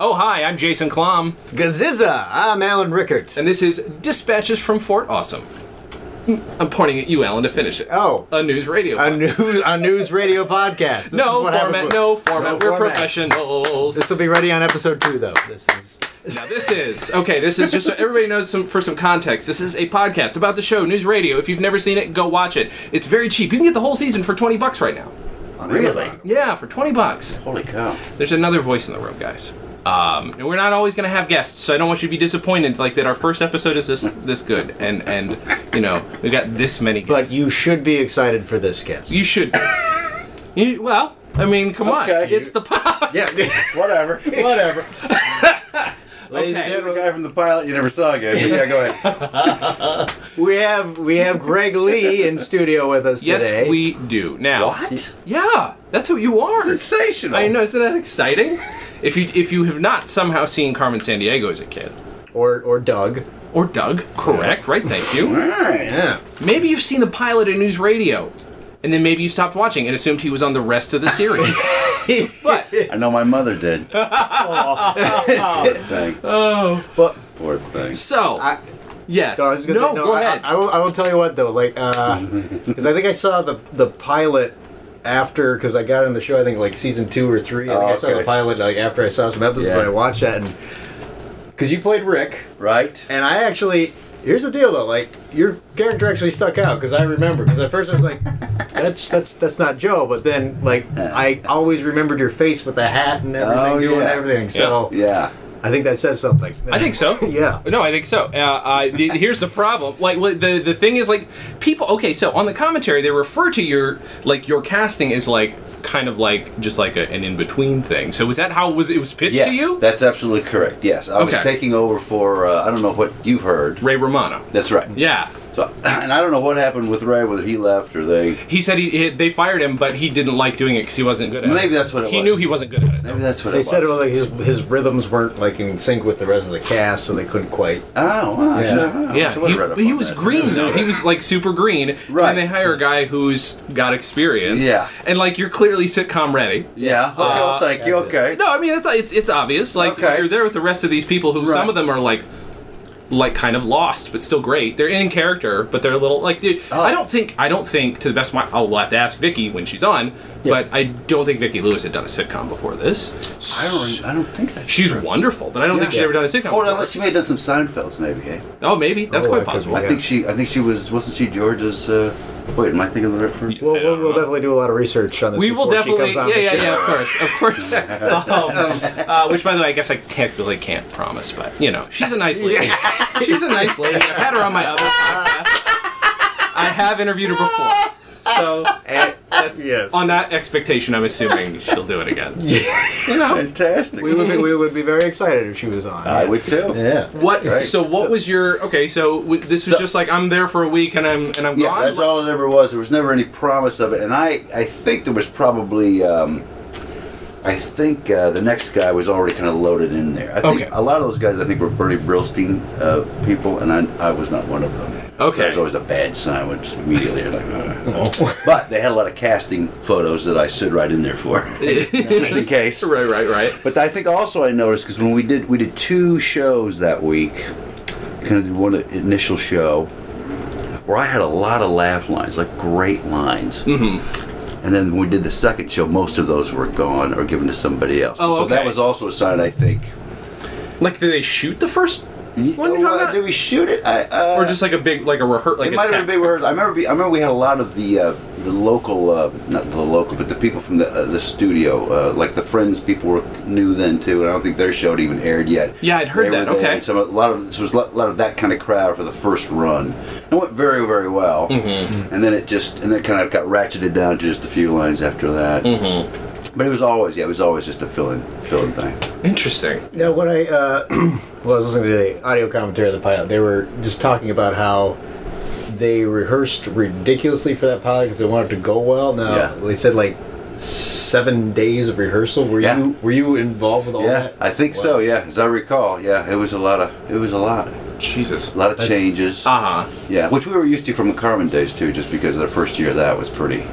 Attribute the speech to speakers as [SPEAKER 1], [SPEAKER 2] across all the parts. [SPEAKER 1] Oh, hi, I'm Jason Klom,
[SPEAKER 2] Gaziza, I'm Alan Rickert.
[SPEAKER 1] and this is Dispatches from Fort Awesome. I'm pointing at you, Alan, to finish it.
[SPEAKER 2] Oh.
[SPEAKER 1] A news radio.
[SPEAKER 2] A news, a news radio podcast. This is
[SPEAKER 1] no
[SPEAKER 2] what happens
[SPEAKER 1] format,
[SPEAKER 2] when-
[SPEAKER 1] no format. We're professionals.
[SPEAKER 2] This will be ready on episode two, though. This is
[SPEAKER 1] Now this is okay. This is just so everybody knows some for some context. This is a podcast about the show, news radio. If you've never seen it, go watch it. It's very cheap. You can get the whole season for twenty bucks right now.
[SPEAKER 3] Really?
[SPEAKER 1] Yeah, for twenty bucks.
[SPEAKER 3] Holy cow.
[SPEAKER 1] There's another voice in the room, guys. Um, and we're not always gonna have guests, so I don't want you to be disappointed. Like that, our first episode is this this good, and and you know we got this many.
[SPEAKER 2] But
[SPEAKER 1] Guests.
[SPEAKER 2] you should be excited for this guest.
[SPEAKER 1] you should. You, well, I mean, come on,
[SPEAKER 3] Okay.
[SPEAKER 1] it's the podcast.
[SPEAKER 2] yeah.
[SPEAKER 3] Whatever.
[SPEAKER 1] Whatever.
[SPEAKER 2] Ladies
[SPEAKER 1] Okay.
[SPEAKER 2] and
[SPEAKER 3] The
[SPEAKER 2] gentlemen,
[SPEAKER 3] guy from the pilot you never saw again. But yeah, go ahead.
[SPEAKER 2] we have we have Greg Lee in studio with us
[SPEAKER 1] Yes,
[SPEAKER 2] today.
[SPEAKER 1] we do now.
[SPEAKER 3] What?
[SPEAKER 1] Yeah, that's who you are.
[SPEAKER 3] Sensational.
[SPEAKER 1] I know, isn't that exciting? if you if you have not somehow seen Carmen San Diego as a kid.
[SPEAKER 2] or or Doug.
[SPEAKER 1] Or Doug, correct, right, thank you.
[SPEAKER 3] All right.
[SPEAKER 2] Yeah.
[SPEAKER 1] Maybe you've seen the pilot of News Radio. And then maybe you stopped watching and assumed he was on the rest of the series. but
[SPEAKER 3] I know my mother did. Poor thing.
[SPEAKER 2] Well,
[SPEAKER 3] Poor thing.
[SPEAKER 1] so
[SPEAKER 2] I-
[SPEAKER 1] yes.
[SPEAKER 2] No, I was gonna
[SPEAKER 1] no,
[SPEAKER 2] say, no
[SPEAKER 1] go
[SPEAKER 2] I,
[SPEAKER 1] ahead.
[SPEAKER 2] I, I will, I will tell you what though, like, because I think I saw the the pilot after because I got on the show. I think like season two or three. I think
[SPEAKER 3] Oh,
[SPEAKER 2] I saw the
[SPEAKER 3] okay.
[SPEAKER 2] pilot like after I saw some episodes.
[SPEAKER 3] Yeah.
[SPEAKER 2] I watched that and because you played Rick,
[SPEAKER 3] Right?
[SPEAKER 2] and I actually here's the deal though, like your character actually stuck out because I remember because at first I was like. That's that's that's not Joe, but then like I always remembered your face with the hat and everything,
[SPEAKER 3] Oh,
[SPEAKER 2] doing
[SPEAKER 3] yeah.
[SPEAKER 2] everything. So
[SPEAKER 3] Yeah.
[SPEAKER 2] I think that says something.
[SPEAKER 1] I think so.
[SPEAKER 2] yeah.
[SPEAKER 1] No, I think so. Uh, I, the, here's the problem. Like what- the the thing is, like people. Okay, so on the commentary, they refer to your like your casting is like kind of like just like a, an in between thing. So was that how it was it was pitched
[SPEAKER 3] Yes,
[SPEAKER 1] to you?
[SPEAKER 3] That's absolutely correct. Yes. I was
[SPEAKER 1] Okay.
[SPEAKER 3] taking over for, uh, I don't know what you've heard.
[SPEAKER 1] Ray Romano.
[SPEAKER 3] That's right.
[SPEAKER 1] Yeah,
[SPEAKER 3] So, and I don't know what happened with Ray, whether he left or they.
[SPEAKER 1] he said he, he they fired him, but he didn't like doing it because he wasn't good at it.
[SPEAKER 3] Maybe that's what it
[SPEAKER 1] he
[SPEAKER 3] was.
[SPEAKER 1] knew he wasn't good at it.
[SPEAKER 3] Maybe that's what
[SPEAKER 2] They
[SPEAKER 3] it was.
[SPEAKER 2] said it was like his his rhythms weren't like in sync with the rest of the cast, so they couldn't quite.
[SPEAKER 3] Oh, wow. I
[SPEAKER 2] Yeah.
[SPEAKER 3] should've- oh, I
[SPEAKER 1] Yeah,
[SPEAKER 3] should've read up
[SPEAKER 1] he, he
[SPEAKER 3] on
[SPEAKER 1] was
[SPEAKER 3] that.
[SPEAKER 1] green though. He was like super green.
[SPEAKER 3] Right.
[SPEAKER 1] And they hire a guy who's got experience.
[SPEAKER 3] Yeah.
[SPEAKER 1] And like you're clearly sitcom ready.
[SPEAKER 3] Yeah. Okay. well, thank you.
[SPEAKER 2] that's it.
[SPEAKER 3] Okay.
[SPEAKER 1] Uh, No, I mean it's it's, it's obvious. Like
[SPEAKER 3] Okay.
[SPEAKER 1] you're there with the rest of these people who some
[SPEAKER 3] Right.
[SPEAKER 1] of them are like like kind of lost but still great. They're in character, but they're a little like they,
[SPEAKER 3] Oh.
[SPEAKER 1] I don't think I don't think to the best of my I'll have to ask Vicky when she's on, but I don't think Vicky Lewis had done a sitcom before this.
[SPEAKER 3] I don't. I don't think that's
[SPEAKER 1] She's wonderful, but I don't think she's
[SPEAKER 2] Yeah.
[SPEAKER 1] ever done a sitcom.
[SPEAKER 3] Or
[SPEAKER 1] before.
[SPEAKER 3] unless she may have done some Seinfelds, maybe. Eh?
[SPEAKER 1] Oh, maybe that's
[SPEAKER 2] Oh,
[SPEAKER 1] quite
[SPEAKER 2] that could
[SPEAKER 1] possible.
[SPEAKER 2] be.
[SPEAKER 3] I think she. I think she was. Wasn't she George's? Uh, wait, am I thinking of the right person?
[SPEAKER 2] We'll,
[SPEAKER 1] I don't
[SPEAKER 2] we'll, we'll
[SPEAKER 1] know.
[SPEAKER 2] definitely do a lot of research on this.
[SPEAKER 1] We will
[SPEAKER 2] before she
[SPEAKER 1] definitely,
[SPEAKER 2] comes
[SPEAKER 1] yeah, yeah,
[SPEAKER 2] on the show.
[SPEAKER 1] yeah, of course, of course. um, uh, which, by the way, I guess I technically can't promise, but you know, she's a nice lady. she's a nice lady. I've had her on my other podcast. I have interviewed her before, so
[SPEAKER 2] And-
[SPEAKER 1] that's
[SPEAKER 2] Yes.
[SPEAKER 1] on that expectation. I'm assuming she'll do it again. You know
[SPEAKER 3] Fantastic.
[SPEAKER 2] we would be we would be very excited if she was on.
[SPEAKER 3] I
[SPEAKER 2] yeah.
[SPEAKER 3] would too.
[SPEAKER 2] Yeah.
[SPEAKER 1] what?
[SPEAKER 3] Right.
[SPEAKER 1] So, what was your okay? So w- this was
[SPEAKER 3] So-
[SPEAKER 1] just like I'm there for a week and I'm and I'm
[SPEAKER 3] Yeah,
[SPEAKER 1] gone.
[SPEAKER 3] that's all it ever was. There was never any promise of it, and I, I think there was probably, um, I think uh, the next guy was already kind of loaded in there. I think
[SPEAKER 1] Okay.
[SPEAKER 3] A lot of those guys, I think, were Bernie Brillstein uh, people, and I, I was not one of them.
[SPEAKER 1] Okay.
[SPEAKER 3] That was always a bad sign, which immediately you're like, uh, but they had a lot of casting photos that I stood right in there for, just in case.
[SPEAKER 1] Right, right, right.
[SPEAKER 3] But I think also I noticed because when we did we did two shows that week, kind of did one initial show where I had a lot of laugh lines, like great lines. Mm-hmm. And then when we did the second show, most of those were gone or given to somebody else.
[SPEAKER 1] Oh,
[SPEAKER 3] So that
[SPEAKER 1] okay.
[SPEAKER 3] was also a sign, I think.
[SPEAKER 1] Like, did they shoot the first one? you're talking
[SPEAKER 3] Well,
[SPEAKER 1] about?
[SPEAKER 3] Oh, uh, did we shoot it? I, uh,
[SPEAKER 1] or just like a big, like a rehearsal, like
[SPEAKER 3] it
[SPEAKER 1] a
[SPEAKER 3] might have been a
[SPEAKER 1] tech-
[SPEAKER 3] big rehearsal. I remember. Be, I remember we had a lot of the uh, the local, uh, not the local, but the people from the uh, the studio, uh, like the Friends people were new then too, and I don't think their show had even aired yet.
[SPEAKER 1] Yeah, I'd heard
[SPEAKER 3] They were
[SPEAKER 1] that,
[SPEAKER 3] there,
[SPEAKER 1] okay.
[SPEAKER 3] and so a lot of so it was a lot lot of that kind of crowd for the first run. It went very very well,
[SPEAKER 1] Mm-hmm.
[SPEAKER 3] and then it just and then it kind of got ratcheted down to just a few lines after that.
[SPEAKER 1] Mm-hmm.
[SPEAKER 3] But it was always yeah, it was always just a fill in fill in thing.
[SPEAKER 1] Interesting.
[SPEAKER 2] Now, when I uh, well, I was listening to the audio commentary of the pilot, they were just talking about how they rehearsed ridiculously for that pilot because they wanted it to go well. Now
[SPEAKER 3] Yeah.
[SPEAKER 2] they said like seven days of rehearsal. Were
[SPEAKER 3] Yeah.
[SPEAKER 2] you were you involved with all
[SPEAKER 3] Yeah,
[SPEAKER 2] that?
[SPEAKER 3] I think
[SPEAKER 2] Wow.
[SPEAKER 3] so. Yeah, as I recall, yeah, it was a lot of it was a lot, a
[SPEAKER 1] Jesus.
[SPEAKER 3] lot of
[SPEAKER 2] That's-
[SPEAKER 3] changes.
[SPEAKER 1] Uh huh.
[SPEAKER 3] Yeah, which we were used to from the Carmen days too, just because the first year of that was pretty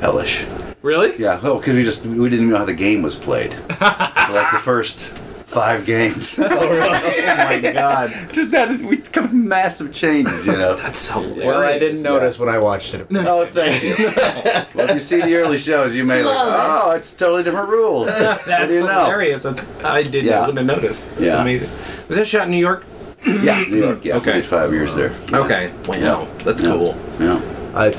[SPEAKER 3] hellish.
[SPEAKER 1] Really?
[SPEAKER 3] Yeah, well, because we just we didn't even know how the game was played. So, like the first five games.
[SPEAKER 1] Oh my god.
[SPEAKER 3] Just that we come massive changes, you know.
[SPEAKER 1] That's hilarious.
[SPEAKER 2] Well, I didn't notice when I watched it.
[SPEAKER 3] Oh, thank you. well, if you see the early shows, you may like, oh, it's totally different rules. That's
[SPEAKER 1] That's hilarious. That's I didn't
[SPEAKER 3] Yeah.
[SPEAKER 1] wouldn't have noticed. That's
[SPEAKER 3] Yeah.
[SPEAKER 1] amazing. Was that shot in New York?
[SPEAKER 3] Know? Yeah, New York. Yeah,
[SPEAKER 1] Okay.
[SPEAKER 3] we did five years there.
[SPEAKER 1] Okay. Wow. That's
[SPEAKER 3] Yeah.
[SPEAKER 1] cool.
[SPEAKER 3] Yeah.
[SPEAKER 2] I,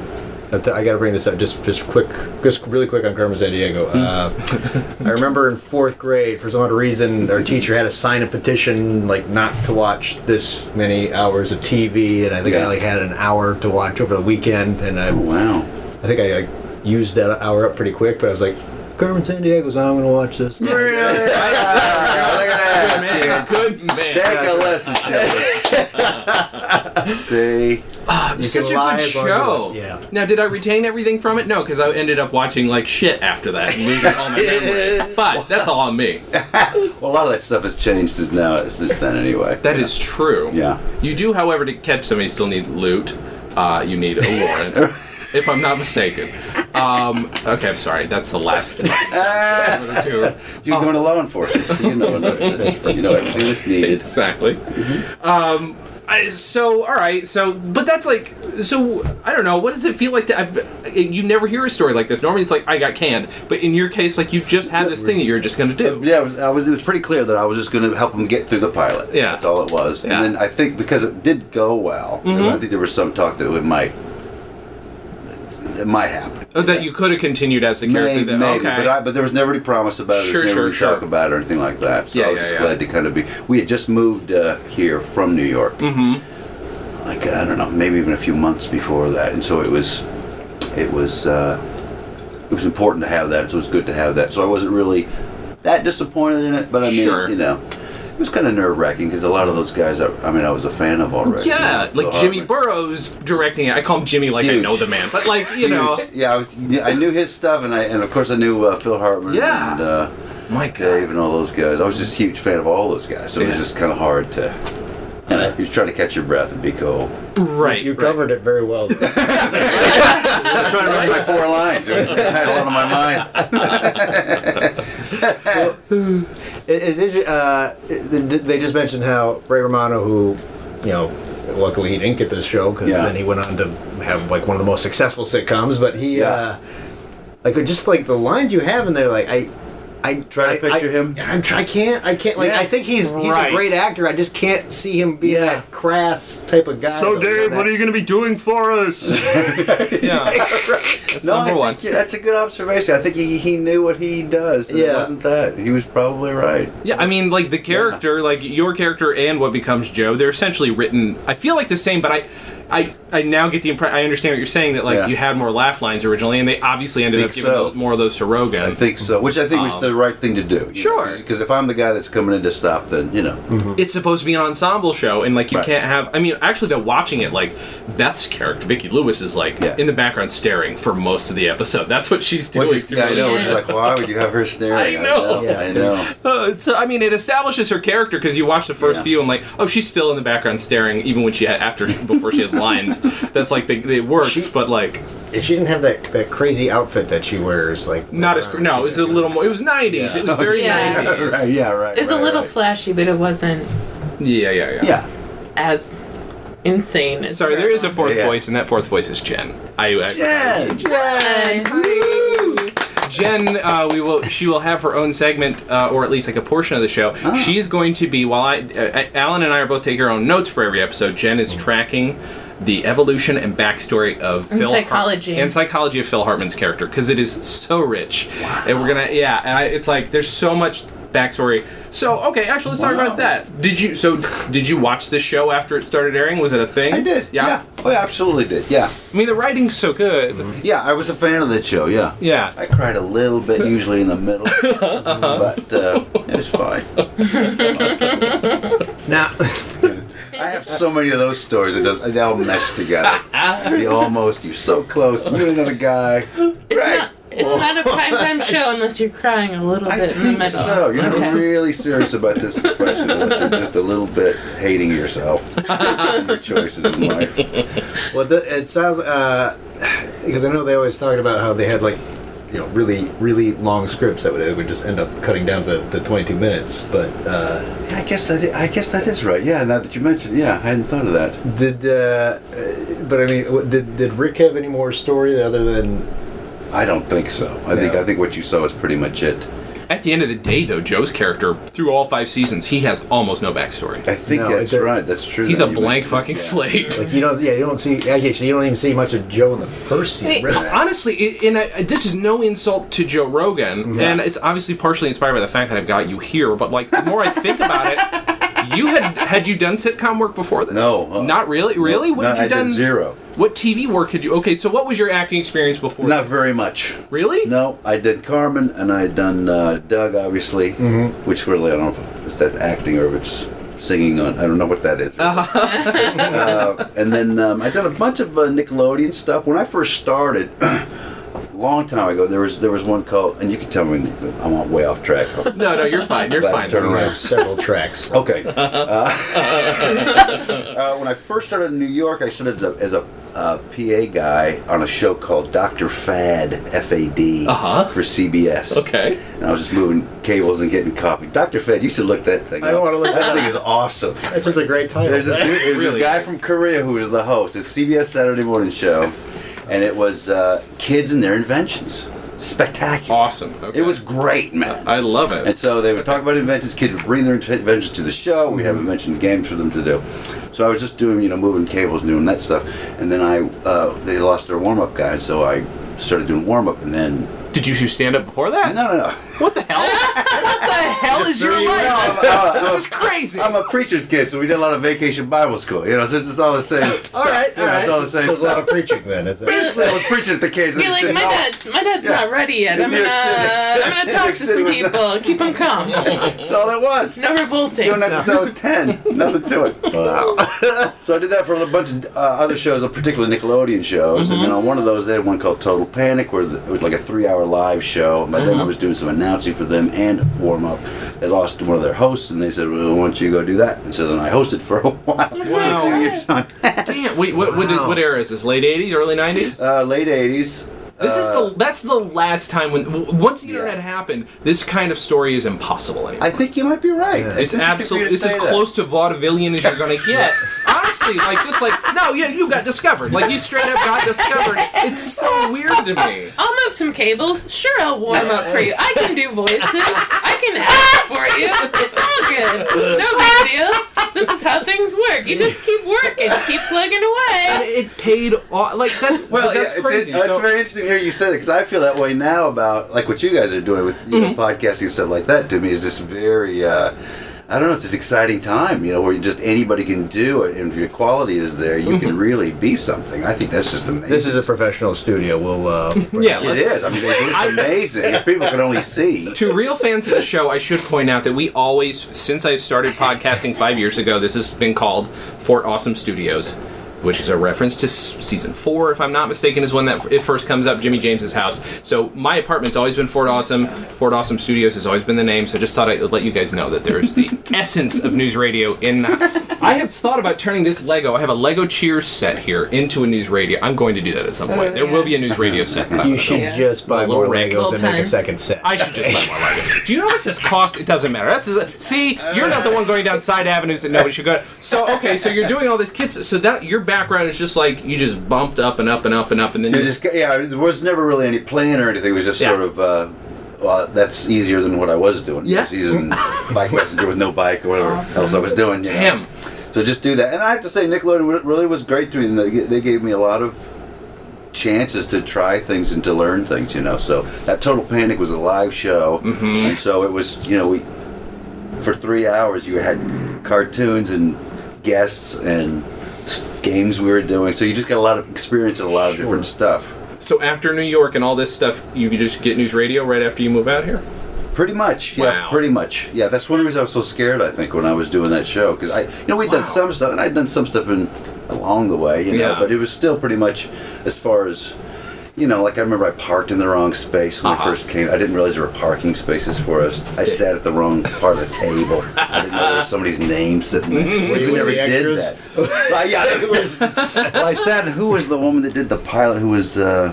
[SPEAKER 2] I t- I gotta bring this up just just quick, just really quick on Carmen San Diego. Uh, I remember in fourth grade, for some odd reason, our teacher had us sign a petition like not to watch this many hours of TV, and I think I
[SPEAKER 3] Yeah.
[SPEAKER 2] like had an hour to watch over the weekend, and I
[SPEAKER 3] Wow.
[SPEAKER 2] I think I like, used that hour up pretty quick, but I was like. Carmen San Diego's on. I'm gonna watch this.
[SPEAKER 3] Really? Ah, look at
[SPEAKER 1] Good man. Good man.
[SPEAKER 3] Take a lesson, Shepard. See?
[SPEAKER 1] Such a
[SPEAKER 2] lie
[SPEAKER 1] good
[SPEAKER 2] as long as you
[SPEAKER 1] show.
[SPEAKER 2] want- yeah.
[SPEAKER 1] Now, did I retain everything from it? No, because I ended up watching like shit after that and losing all my memory. But that's all on me.
[SPEAKER 3] Well, a lot of that stuff has changed since now, since then anyway.
[SPEAKER 1] That is true.
[SPEAKER 3] Yeah.
[SPEAKER 1] You do, however, to catch somebody, still need loot. Uh, you need a warrant, if I'm not mistaken. Um, okay, I'm sorry. That's the last. Two.
[SPEAKER 3] You're going to law enforcement, so you know, enough to- you know everything that's needed.
[SPEAKER 1] exactly. Um,
[SPEAKER 3] Mm-hmm.
[SPEAKER 1] I, so all right. So, but that's like. So I don't know. What does it feel like to? I've, you never hear a story like this. Normally, it's like I got canned. But in your case, like you just had this thing that you're just gonna do.
[SPEAKER 3] Yeah, it was, I was, it was pretty clear that I was just going to help him get through the pilot.
[SPEAKER 1] Yeah.
[SPEAKER 3] That's all it was.
[SPEAKER 1] Yeah.
[SPEAKER 3] And then I think because it did go well, and I think there was some talk that it might, it might happen.
[SPEAKER 1] Oh, That you could have continued as the character.
[SPEAKER 3] Maybe,
[SPEAKER 1] that,
[SPEAKER 3] maybe,
[SPEAKER 1] okay.
[SPEAKER 3] but, I, but there was never any promise about it.
[SPEAKER 1] Sure,
[SPEAKER 3] there was never
[SPEAKER 1] sure,
[SPEAKER 3] any
[SPEAKER 1] sure.
[SPEAKER 3] talk about it or anything like that. So
[SPEAKER 1] Yeah,
[SPEAKER 3] I was
[SPEAKER 1] yeah,
[SPEAKER 3] just
[SPEAKER 1] yeah.
[SPEAKER 3] glad to kind of be. We had just moved uh, here from New York. Mm-hmm. Like I don't know, maybe even a few months before that, and so it was, it was, uh, it was important to have that. So it was good to have that. So I wasn't really that disappointed in it, but I mean,
[SPEAKER 1] Sure.
[SPEAKER 3] you know. It was kind of nerve wracking because a lot of those guys, I, I mean, I was a fan of already.
[SPEAKER 1] Yeah,
[SPEAKER 3] So
[SPEAKER 1] like
[SPEAKER 3] I-
[SPEAKER 1] Jimmy Burrows directing it. I call him Jimmy like I
[SPEAKER 3] Huge.
[SPEAKER 1] know the man, but like you know,
[SPEAKER 3] Huge. yeah, I, was, yeah, I knew his stuff, and I and of course I knew uh, Phil Hartman.
[SPEAKER 1] Yeah.
[SPEAKER 3] and, uh,
[SPEAKER 1] my
[SPEAKER 3] Dave
[SPEAKER 1] God,
[SPEAKER 3] and all those guys. I was just a huge fan of all those guys, so it was
[SPEAKER 1] Yeah.
[SPEAKER 3] just kind of hard to. You know, you're trying to catch your breath and be cool.
[SPEAKER 1] right?
[SPEAKER 2] You
[SPEAKER 1] right.
[SPEAKER 2] covered it very well.
[SPEAKER 3] I was trying to remember my four lines. I had a lot on my mind.
[SPEAKER 2] It- it's inter- uh, it- they just mentioned how Ray Romano, who, you know, luckily he didn't get this show because
[SPEAKER 3] Yeah.
[SPEAKER 2] then he went on to have like one of the most successful sitcoms. But he,
[SPEAKER 3] Yeah.
[SPEAKER 2] uh, like, just like the lines you have in there, like I. I
[SPEAKER 3] Try to
[SPEAKER 2] I-
[SPEAKER 3] picture
[SPEAKER 2] I-
[SPEAKER 3] him.
[SPEAKER 2] I'm, tr- I can't. I can't. Like
[SPEAKER 3] Yeah.
[SPEAKER 2] I think he's he's
[SPEAKER 1] Right.
[SPEAKER 2] a great actor. I just can't see him be
[SPEAKER 3] Yeah.
[SPEAKER 2] that crass type of guy. that- that-
[SPEAKER 1] going to be doing for us? yeah, that's
[SPEAKER 3] No,
[SPEAKER 1] number
[SPEAKER 3] I
[SPEAKER 1] one.
[SPEAKER 3] think you- that's a good observation. I think he, he knew what he does. and It
[SPEAKER 2] Yeah.
[SPEAKER 3] wasn't that. He was probably right.
[SPEAKER 1] Yeah, I mean, like the character, like your character and what becomes Joe, they're essentially written. I feel like the same, but I, I, I now get the impression. I understand what you're saying that like
[SPEAKER 3] Yeah.
[SPEAKER 1] you had more laugh lines originally, and they obviously ended
[SPEAKER 3] Think
[SPEAKER 1] up giving
[SPEAKER 3] so.
[SPEAKER 1] those- more of those to Rogan.
[SPEAKER 3] I think so, which I think was the right thing to do.
[SPEAKER 1] Sure.
[SPEAKER 3] Because if I'm the guy that's coming in to stop, then, you know.
[SPEAKER 1] it's supposed to be an ensemble show and like you
[SPEAKER 3] Right.
[SPEAKER 1] can't have i mean actually they're watching it like beth's character vicki lewis is like
[SPEAKER 3] Yeah.
[SPEAKER 1] in the background staring for most of the episode that's what she's doing
[SPEAKER 3] Which is-
[SPEAKER 1] through
[SPEAKER 3] yeah, I
[SPEAKER 1] the-
[SPEAKER 3] know. Which is like, why would you have her staring?
[SPEAKER 1] I know.
[SPEAKER 2] Yeah.
[SPEAKER 3] I know.
[SPEAKER 1] Uh, so i mean it establishes her character because you watch the first
[SPEAKER 3] Yeah.
[SPEAKER 1] few and like oh she's still in the background staring even when she had after before she has lines that's like the, it works
[SPEAKER 2] She-
[SPEAKER 1] but like
[SPEAKER 2] If she didn't have that, that crazy outfit that she wears, like
[SPEAKER 1] not as cr- no it was a little more it was 90s it was very
[SPEAKER 4] Yeah.
[SPEAKER 1] 90s
[SPEAKER 3] Right, yeah, right.
[SPEAKER 4] It's
[SPEAKER 3] right,
[SPEAKER 4] a little
[SPEAKER 3] right.
[SPEAKER 4] flashy, but it wasn't
[SPEAKER 1] yeah yeah yeah
[SPEAKER 3] Yeah.
[SPEAKER 4] as insane. As
[SPEAKER 1] sorry there is a fourth
[SPEAKER 3] Yeah.
[SPEAKER 1] voice and that fourth voice is jen i, I
[SPEAKER 3] Yeah.
[SPEAKER 4] Hi.
[SPEAKER 1] Jen, uh, we will. She will have her own segment, uh, or at least like a portion of the show.
[SPEAKER 3] Ah.
[SPEAKER 1] She is going to be while I, uh, Alan and I are both taking our own notes for every episode. Jen is tracking the evolution and backstory of Phil Har-
[SPEAKER 4] psychology.
[SPEAKER 1] and psychology of Phil Hartman's character because it is so rich, and we're gonna yeah. And I, it's like there's so much backstory. So okay, actually, let's talk
[SPEAKER 3] Wow.
[SPEAKER 1] about that. Did you so did you watch this show after it started airing? Was it a thing?
[SPEAKER 3] I did.
[SPEAKER 1] Yeah.
[SPEAKER 3] Yeah. Oh, yeah, absolutely did. Yeah.
[SPEAKER 1] I mean, the writing's so good.
[SPEAKER 3] Yeah, I was a fan of that show. Yeah.
[SPEAKER 1] Yeah.
[SPEAKER 3] I cried a little bit, usually in the middle, but uh, it was fine.
[SPEAKER 2] Now,
[SPEAKER 3] I have so many of those stories. It does. They all mesh together. The almost. You're so close. You meet another guy.
[SPEAKER 4] It's
[SPEAKER 3] right. Oh.
[SPEAKER 4] not. It's not a prime time show unless you're crying a little
[SPEAKER 3] I
[SPEAKER 4] bit in the
[SPEAKER 3] think
[SPEAKER 4] middle.
[SPEAKER 3] so. You're not really serious about this profession unless you're just a little bit hating yourself and your choices in life.
[SPEAKER 2] uh, Well, the, it sounds because I know they always talked about how they had like you know really really long scripts that would it would just end up cutting down the, the 22 minutes. But uh,
[SPEAKER 3] I guess that i- I guess that is right. Yeah, now that you mentioned, yeah, I hadn't thought of that.
[SPEAKER 2] did uh, uh, but I mean w- did did Rick have any more story other than
[SPEAKER 3] I don't think so. I think
[SPEAKER 2] No.
[SPEAKER 3] I think what you saw is pretty much it.
[SPEAKER 1] At the end of the day, though, Joe's character through all five seasons, he has almost no backstory.
[SPEAKER 3] I think
[SPEAKER 2] No,
[SPEAKER 3] that's
[SPEAKER 2] it-
[SPEAKER 3] right. That's true.
[SPEAKER 1] He's
[SPEAKER 3] now
[SPEAKER 1] a
[SPEAKER 3] you
[SPEAKER 1] blank
[SPEAKER 3] mentioned-
[SPEAKER 1] fucking
[SPEAKER 3] yeah.
[SPEAKER 1] slate.
[SPEAKER 2] like you don't yeah you don't see actually you don't even see much of Joe in the first season. really.
[SPEAKER 1] Honestly, it, and I, this is no insult to Joe Rogan,
[SPEAKER 3] Mm-hmm.
[SPEAKER 1] and it's obviously partially inspired by the fact that I've got you here. But like, the more I think about it, you had had you done sitcom work before this?
[SPEAKER 3] No, uh-uh.
[SPEAKER 1] not really. Really, what
[SPEAKER 3] no,
[SPEAKER 1] had you
[SPEAKER 3] I did
[SPEAKER 1] done?
[SPEAKER 3] zero.
[SPEAKER 1] What TV work had you? Okay, so what was your acting experience before?
[SPEAKER 3] Not
[SPEAKER 1] this?
[SPEAKER 3] very much.
[SPEAKER 1] Really?
[SPEAKER 3] No, I did Carmen and I had done uh, Doug, obviously,
[SPEAKER 1] Mm-hmm.
[SPEAKER 3] which really I don't know if it's that acting or if it's singing on. I don't know what that is.
[SPEAKER 1] Uh-huh.
[SPEAKER 3] Uh, and then um, I did a bunch of uh, Nickelodeon stuff. When I first started, long time ago, there was there was one called, and you can tell me I'm way off track.
[SPEAKER 1] No, no, you're fine. You're
[SPEAKER 3] Glad to
[SPEAKER 1] fine.
[SPEAKER 3] turn
[SPEAKER 2] We have several tracks.
[SPEAKER 3] Okay. Uh, uh, when I first started in New York, I started as a, as a uh, PA guy on a show called Dr. Fad, F A D,
[SPEAKER 1] Uh-huh.
[SPEAKER 3] for CBS.
[SPEAKER 1] Okay.
[SPEAKER 3] And I was just moving cables and getting coffee. Dr. Fad, you should look that thing
[SPEAKER 2] I
[SPEAKER 3] up.
[SPEAKER 2] wanna look that
[SPEAKER 3] That thing is awesome.
[SPEAKER 2] That's just a great title.
[SPEAKER 3] There's this, dude, there's this
[SPEAKER 1] Really
[SPEAKER 3] guy
[SPEAKER 1] is.
[SPEAKER 3] from Korea who is the host. It's CBS Saturday Morning Show, and it was uh, kids and their inventions. Spectacular.
[SPEAKER 1] Awesome. Okay.
[SPEAKER 3] It was great, man.
[SPEAKER 1] I love it.
[SPEAKER 3] And so they would talk about inventions. Kids would bring their inventions to the show. We have invention games for them to do. So I was just doing, you know, moving cables, doing that stuff. And then I, uh, they lost their warm up guy, so I started doing warm up. And then
[SPEAKER 1] Did you stand up before that?
[SPEAKER 3] no, no, no.
[SPEAKER 1] What the hell? what the hell is your
[SPEAKER 3] Missouri
[SPEAKER 1] life?
[SPEAKER 3] Well, I'm, I'm-
[SPEAKER 1] This is crazy.
[SPEAKER 3] I'm a preacher's kid, so we did a lot of vacation Bible school. You know, so it's just all the same. stuff.
[SPEAKER 1] right,
[SPEAKER 3] You know,
[SPEAKER 1] all
[SPEAKER 3] It's
[SPEAKER 1] right.
[SPEAKER 3] all the same.
[SPEAKER 2] There's a
[SPEAKER 3] stuff.
[SPEAKER 2] lot of preaching then. Is it?
[SPEAKER 3] Basically, I was preaching to the kids.
[SPEAKER 4] You're
[SPEAKER 3] and
[SPEAKER 4] like,
[SPEAKER 3] shit.
[SPEAKER 4] my dad's, my dad's
[SPEAKER 3] Yeah.
[SPEAKER 4] not ready yet.
[SPEAKER 3] In
[SPEAKER 4] I'm
[SPEAKER 3] New
[SPEAKER 4] gonna,
[SPEAKER 3] York City.
[SPEAKER 4] I'm gonna
[SPEAKER 3] New York
[SPEAKER 4] talk to
[SPEAKER 3] City
[SPEAKER 4] some
[SPEAKER 3] was not-
[SPEAKER 4] people. Keep them calm.
[SPEAKER 3] That's all it was.
[SPEAKER 4] No
[SPEAKER 3] Doing
[SPEAKER 4] revolting.
[SPEAKER 3] that since I was 10. Nothing to it. so I did that for a bunch of uh, other shows, particularly Nickelodeon shows. And
[SPEAKER 1] Mm-hmm.
[SPEAKER 3] then on one of those, they had one called Total Panic, where it was like a three hour live show. By
[SPEAKER 1] Mm-hmm.
[SPEAKER 3] then, I was doing some announcing for them and warm up. They lost one of their hosts, and they said, well, Why don't you go do that? And so then I hosted for a while.
[SPEAKER 1] Wow.
[SPEAKER 3] A few years on.
[SPEAKER 1] Damn. Wait. What? What, did,
[SPEAKER 2] Wow.
[SPEAKER 1] what era is this? Late '80s, early '90s?
[SPEAKER 3] Uh, late 80s.
[SPEAKER 1] This is
[SPEAKER 3] uh,
[SPEAKER 1] the that's the last time when w- once the
[SPEAKER 3] Yeah.
[SPEAKER 1] internet happened, this kind kind of story is impossible anymore.
[SPEAKER 3] I think you might be right.
[SPEAKER 1] it's
[SPEAKER 3] interesting for you
[SPEAKER 1] absolutely
[SPEAKER 3] to
[SPEAKER 1] it's as
[SPEAKER 3] say that.
[SPEAKER 1] close to vaudevillian as you're gonna get. Honestly, like this, like no, yeah, you got discovered. Like you straight up got discovered. It's so weird to me.
[SPEAKER 4] I'll move some cables. Sure, I'll warm up for you. I can do voices. I can act for you. It's all good. No big deal. This is how things work. You just keep working. Keep plugging
[SPEAKER 1] And
[SPEAKER 4] away.
[SPEAKER 1] it paid off. Like that's well, that's
[SPEAKER 3] yeah, it's-
[SPEAKER 1] crazy.
[SPEAKER 3] It's,
[SPEAKER 1] so,
[SPEAKER 3] it's very interesting to hear you say that because I feel that way now about like what you guys are doing with you know, podcasting and stuff like that. To me, is just very. Uh, I don't know. It's an exciting time, you know, where you just anybody can do it, and if your quality is there, you can really be something. I think that's just amazing.
[SPEAKER 2] This is a professional studio. We'll uh,
[SPEAKER 1] yeah,
[SPEAKER 3] It
[SPEAKER 1] let's,
[SPEAKER 3] is. I mean, it's amazing. if people can only see.
[SPEAKER 1] to real fans of the show, I should point out that we always, since I started podcasting five years ago, this has been called Fort Awesome Studios, which is a reference to s- season four, if I'm not mistaken, is when that f- it first comes up, Jimmy James's house. So my apartment's always been Fort Awesome. Fort Awesome Studios has always been the name. So just thought I'd let you guys know that there is the essence of news radio in that. I have thought about turning this Lego. I have a Lego Cheers set here into a news radio. I'm going to do that at some point. There will be a news radio set. That I'm
[SPEAKER 2] You
[SPEAKER 1] gonna
[SPEAKER 2] should
[SPEAKER 4] Yeah.
[SPEAKER 2] just buy
[SPEAKER 1] Little
[SPEAKER 2] more
[SPEAKER 1] Rick.
[SPEAKER 2] Legos and make
[SPEAKER 4] Okay.
[SPEAKER 2] a second set.
[SPEAKER 1] I should just buy more Legos. Do you know how much this cost? It doesn't matter. That's see, you're not the one going down side avenues that nobody should go. So okay, so you're doing all this kids. So that your background is just like you just bumped up and up and up and up, and then
[SPEAKER 3] It
[SPEAKER 1] you
[SPEAKER 3] just yeah, there was never really any plan or anything. It was just
[SPEAKER 1] Yeah.
[SPEAKER 3] sort of. Uh, well, that's easier than what I was doing.
[SPEAKER 1] Yeah.
[SPEAKER 3] It's easier than bike messenger with no bike or whatever else I was doing. you know.
[SPEAKER 1] Damn.
[SPEAKER 3] So just do that. And I have to say, Nickelodeon wa- really was great to me. and They g- they gave me a lot of chances to try things and to learn things, you know. So that Total Panic was a live show.
[SPEAKER 1] Mm-hmm.
[SPEAKER 3] And so it was, you know, we for three hours you had cartoons and guests and s- games we were doing. So you just got a lot of experience in a lot of different stuff.
[SPEAKER 1] So after New York and all this stuff, you could just get news radio right after you move out here.
[SPEAKER 3] Pretty much, yeah.
[SPEAKER 1] Wow.
[SPEAKER 3] Pretty much, yeah. That's one reason I was so scared. I think when I was doing that show, because I, you know, we'd
[SPEAKER 1] Wow.
[SPEAKER 3] done some stuff, and I'd done some stuff in along the way, you know.
[SPEAKER 1] Yeah.
[SPEAKER 3] But it was still pretty much as far as, you know, like I remember I parked in the wrong space when
[SPEAKER 1] Uh-huh.
[SPEAKER 3] I first came. I didn't realize there were parking spaces for us. I sat at the wrong part of the table. I didn't know there was somebody's name sitting
[SPEAKER 1] Mm-hmm.
[SPEAKER 3] there.
[SPEAKER 2] you
[SPEAKER 3] We
[SPEAKER 2] one of
[SPEAKER 3] never
[SPEAKER 2] the
[SPEAKER 3] did
[SPEAKER 2] extras?
[SPEAKER 3] that. Uh, yeah, it was. well, I sat. Who was the woman that did the pilot? Who was. Uh,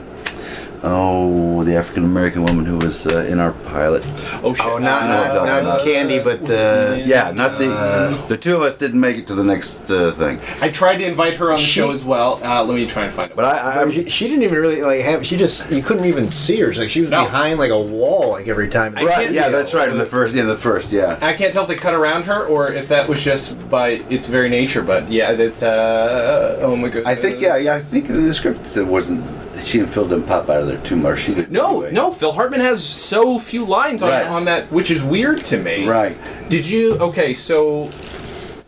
[SPEAKER 3] oh, the African American woman who was uh, in our pilot.
[SPEAKER 1] Oh shit.
[SPEAKER 2] Oh, not,
[SPEAKER 1] Uh,
[SPEAKER 3] no,
[SPEAKER 2] not,
[SPEAKER 3] no,
[SPEAKER 2] not
[SPEAKER 3] no.
[SPEAKER 2] candy, but uh,
[SPEAKER 3] Yeah, not the the two of us didn't make it to the next uh, thing.
[SPEAKER 1] I tried to invite her on the show as well. Uh, let me try and find it.
[SPEAKER 3] But I, I'm
[SPEAKER 2] she, she didn't even really like have. She just you couldn't even see her. Like she was
[SPEAKER 1] No.
[SPEAKER 2] behind like a wall like every time.
[SPEAKER 1] I
[SPEAKER 3] right.
[SPEAKER 1] can't
[SPEAKER 3] Yeah,
[SPEAKER 1] do
[SPEAKER 3] that's right. In the first, in the first, yeah.
[SPEAKER 1] I can't tell if they cut around her or if that was just by its very nature. But yeah, that. Uh, oh my goodness.
[SPEAKER 3] I think yeah, yeah. I think the script wasn't. She and Phil didn't pop out of there too much. She didn't
[SPEAKER 1] No,
[SPEAKER 3] anyway.
[SPEAKER 1] no. Phil Hartman has so few lines on,
[SPEAKER 3] Right.
[SPEAKER 1] on that, which is weird to me.
[SPEAKER 3] Right.
[SPEAKER 1] Did you? Okay, so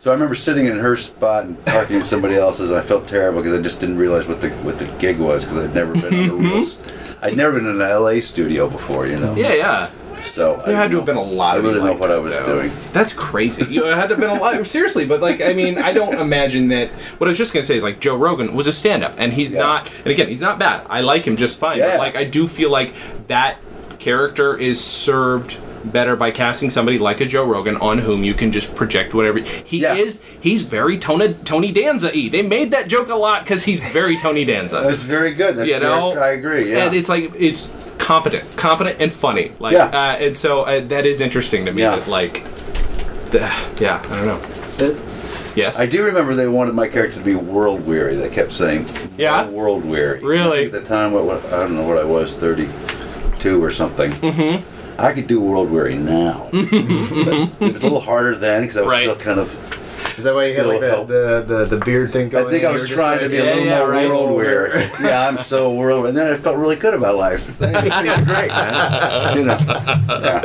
[SPEAKER 3] So I remember sitting in her spot and parking in somebody else's, and I felt terrible because I just didn't realize what the what the gig was because I'd never been on a real. s- I'd never been in an LA studio before, you know.
[SPEAKER 1] Mm-hmm. yeah, yeah.
[SPEAKER 3] So
[SPEAKER 1] There had to have been a lot
[SPEAKER 3] I
[SPEAKER 1] of.
[SPEAKER 3] really
[SPEAKER 1] you
[SPEAKER 3] know
[SPEAKER 1] like
[SPEAKER 3] what
[SPEAKER 1] that,
[SPEAKER 3] I was
[SPEAKER 1] though.
[SPEAKER 3] doing.
[SPEAKER 1] That's crazy. You it had to have been a lot. Seriously, but like, I mean, I don't imagine that. What I was just gonna say is like Joe Rogan was a stand-up, and he's not. And again, he's not bad. I like him just fine.
[SPEAKER 3] Yeah.
[SPEAKER 1] But like, I do feel like that character is served better by casting somebody like a Joe Rogan on whom you can just project whatever he
[SPEAKER 3] Yeah.
[SPEAKER 1] is. He's very Tony Tony Danza. E. They made that joke a lot because he's very Tony Danza.
[SPEAKER 3] It was very good. That's
[SPEAKER 1] you know
[SPEAKER 3] very- I agree. Yeah.
[SPEAKER 1] and it's like it's competent competent and funny like
[SPEAKER 3] Yeah.
[SPEAKER 1] uh, and so uh, that is interesting to me
[SPEAKER 3] Yeah.
[SPEAKER 1] that like the, yeah i don't know yes
[SPEAKER 3] I do remember they wanted my character to be world weary. They kept saying,
[SPEAKER 1] Yeah?
[SPEAKER 3] world weary."
[SPEAKER 1] Really?
[SPEAKER 3] At the time, what, what I don't know what I was, thirty-two or something. Mm-hmm. I could do world weary now. But it was a little harder then because I was
[SPEAKER 1] Mm-hmm. Right.
[SPEAKER 3] still kind of.
[SPEAKER 2] Is that why you had like
[SPEAKER 3] Little
[SPEAKER 2] that, the, the the beard thing
[SPEAKER 3] I
[SPEAKER 2] going?
[SPEAKER 3] think I was trying to be a
[SPEAKER 1] yeah,
[SPEAKER 3] little
[SPEAKER 1] yeah,
[SPEAKER 3] more
[SPEAKER 1] right.
[SPEAKER 3] world weary. yeah, I'm so world. And then I felt really good about life. It's like, it's been great, man. You know. Yeah.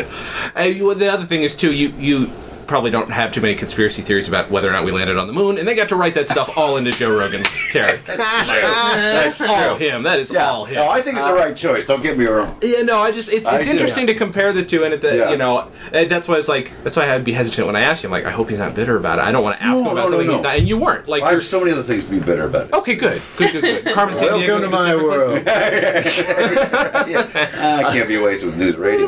[SPEAKER 1] And Uh, you- the other thing is too you you probably don't have too many conspiracy theories about whether or not we landed on the moon and they got to write that stuff all into joe rogan's character
[SPEAKER 3] That's
[SPEAKER 1] all
[SPEAKER 3] true.
[SPEAKER 1] him that is
[SPEAKER 3] Yeah.
[SPEAKER 1] all him
[SPEAKER 3] No, I think it's the
[SPEAKER 1] Uh,
[SPEAKER 3] right choice. Don't get me wrong.
[SPEAKER 1] Yeah, no, I just it's
[SPEAKER 3] I
[SPEAKER 1] it's
[SPEAKER 3] do.
[SPEAKER 1] interesting to compare the two, and at the
[SPEAKER 3] Yeah.
[SPEAKER 1] you know and that's why I was like that's why I'd be hesitant when I asked you. I'm like, I hope he's not bitter about it. I don't want to ask
[SPEAKER 3] No,
[SPEAKER 1] him about
[SPEAKER 3] no, no,
[SPEAKER 1] something he's
[SPEAKER 3] no.
[SPEAKER 1] not, and you weren't like
[SPEAKER 3] I
[SPEAKER 1] you're
[SPEAKER 3] have so many other things to be bitter about.
[SPEAKER 1] okay, good, good, good, good. Carmen San Diego
[SPEAKER 2] Welcome to my
[SPEAKER 1] specifically.
[SPEAKER 2] world.
[SPEAKER 3] I can't be wasted with news radio.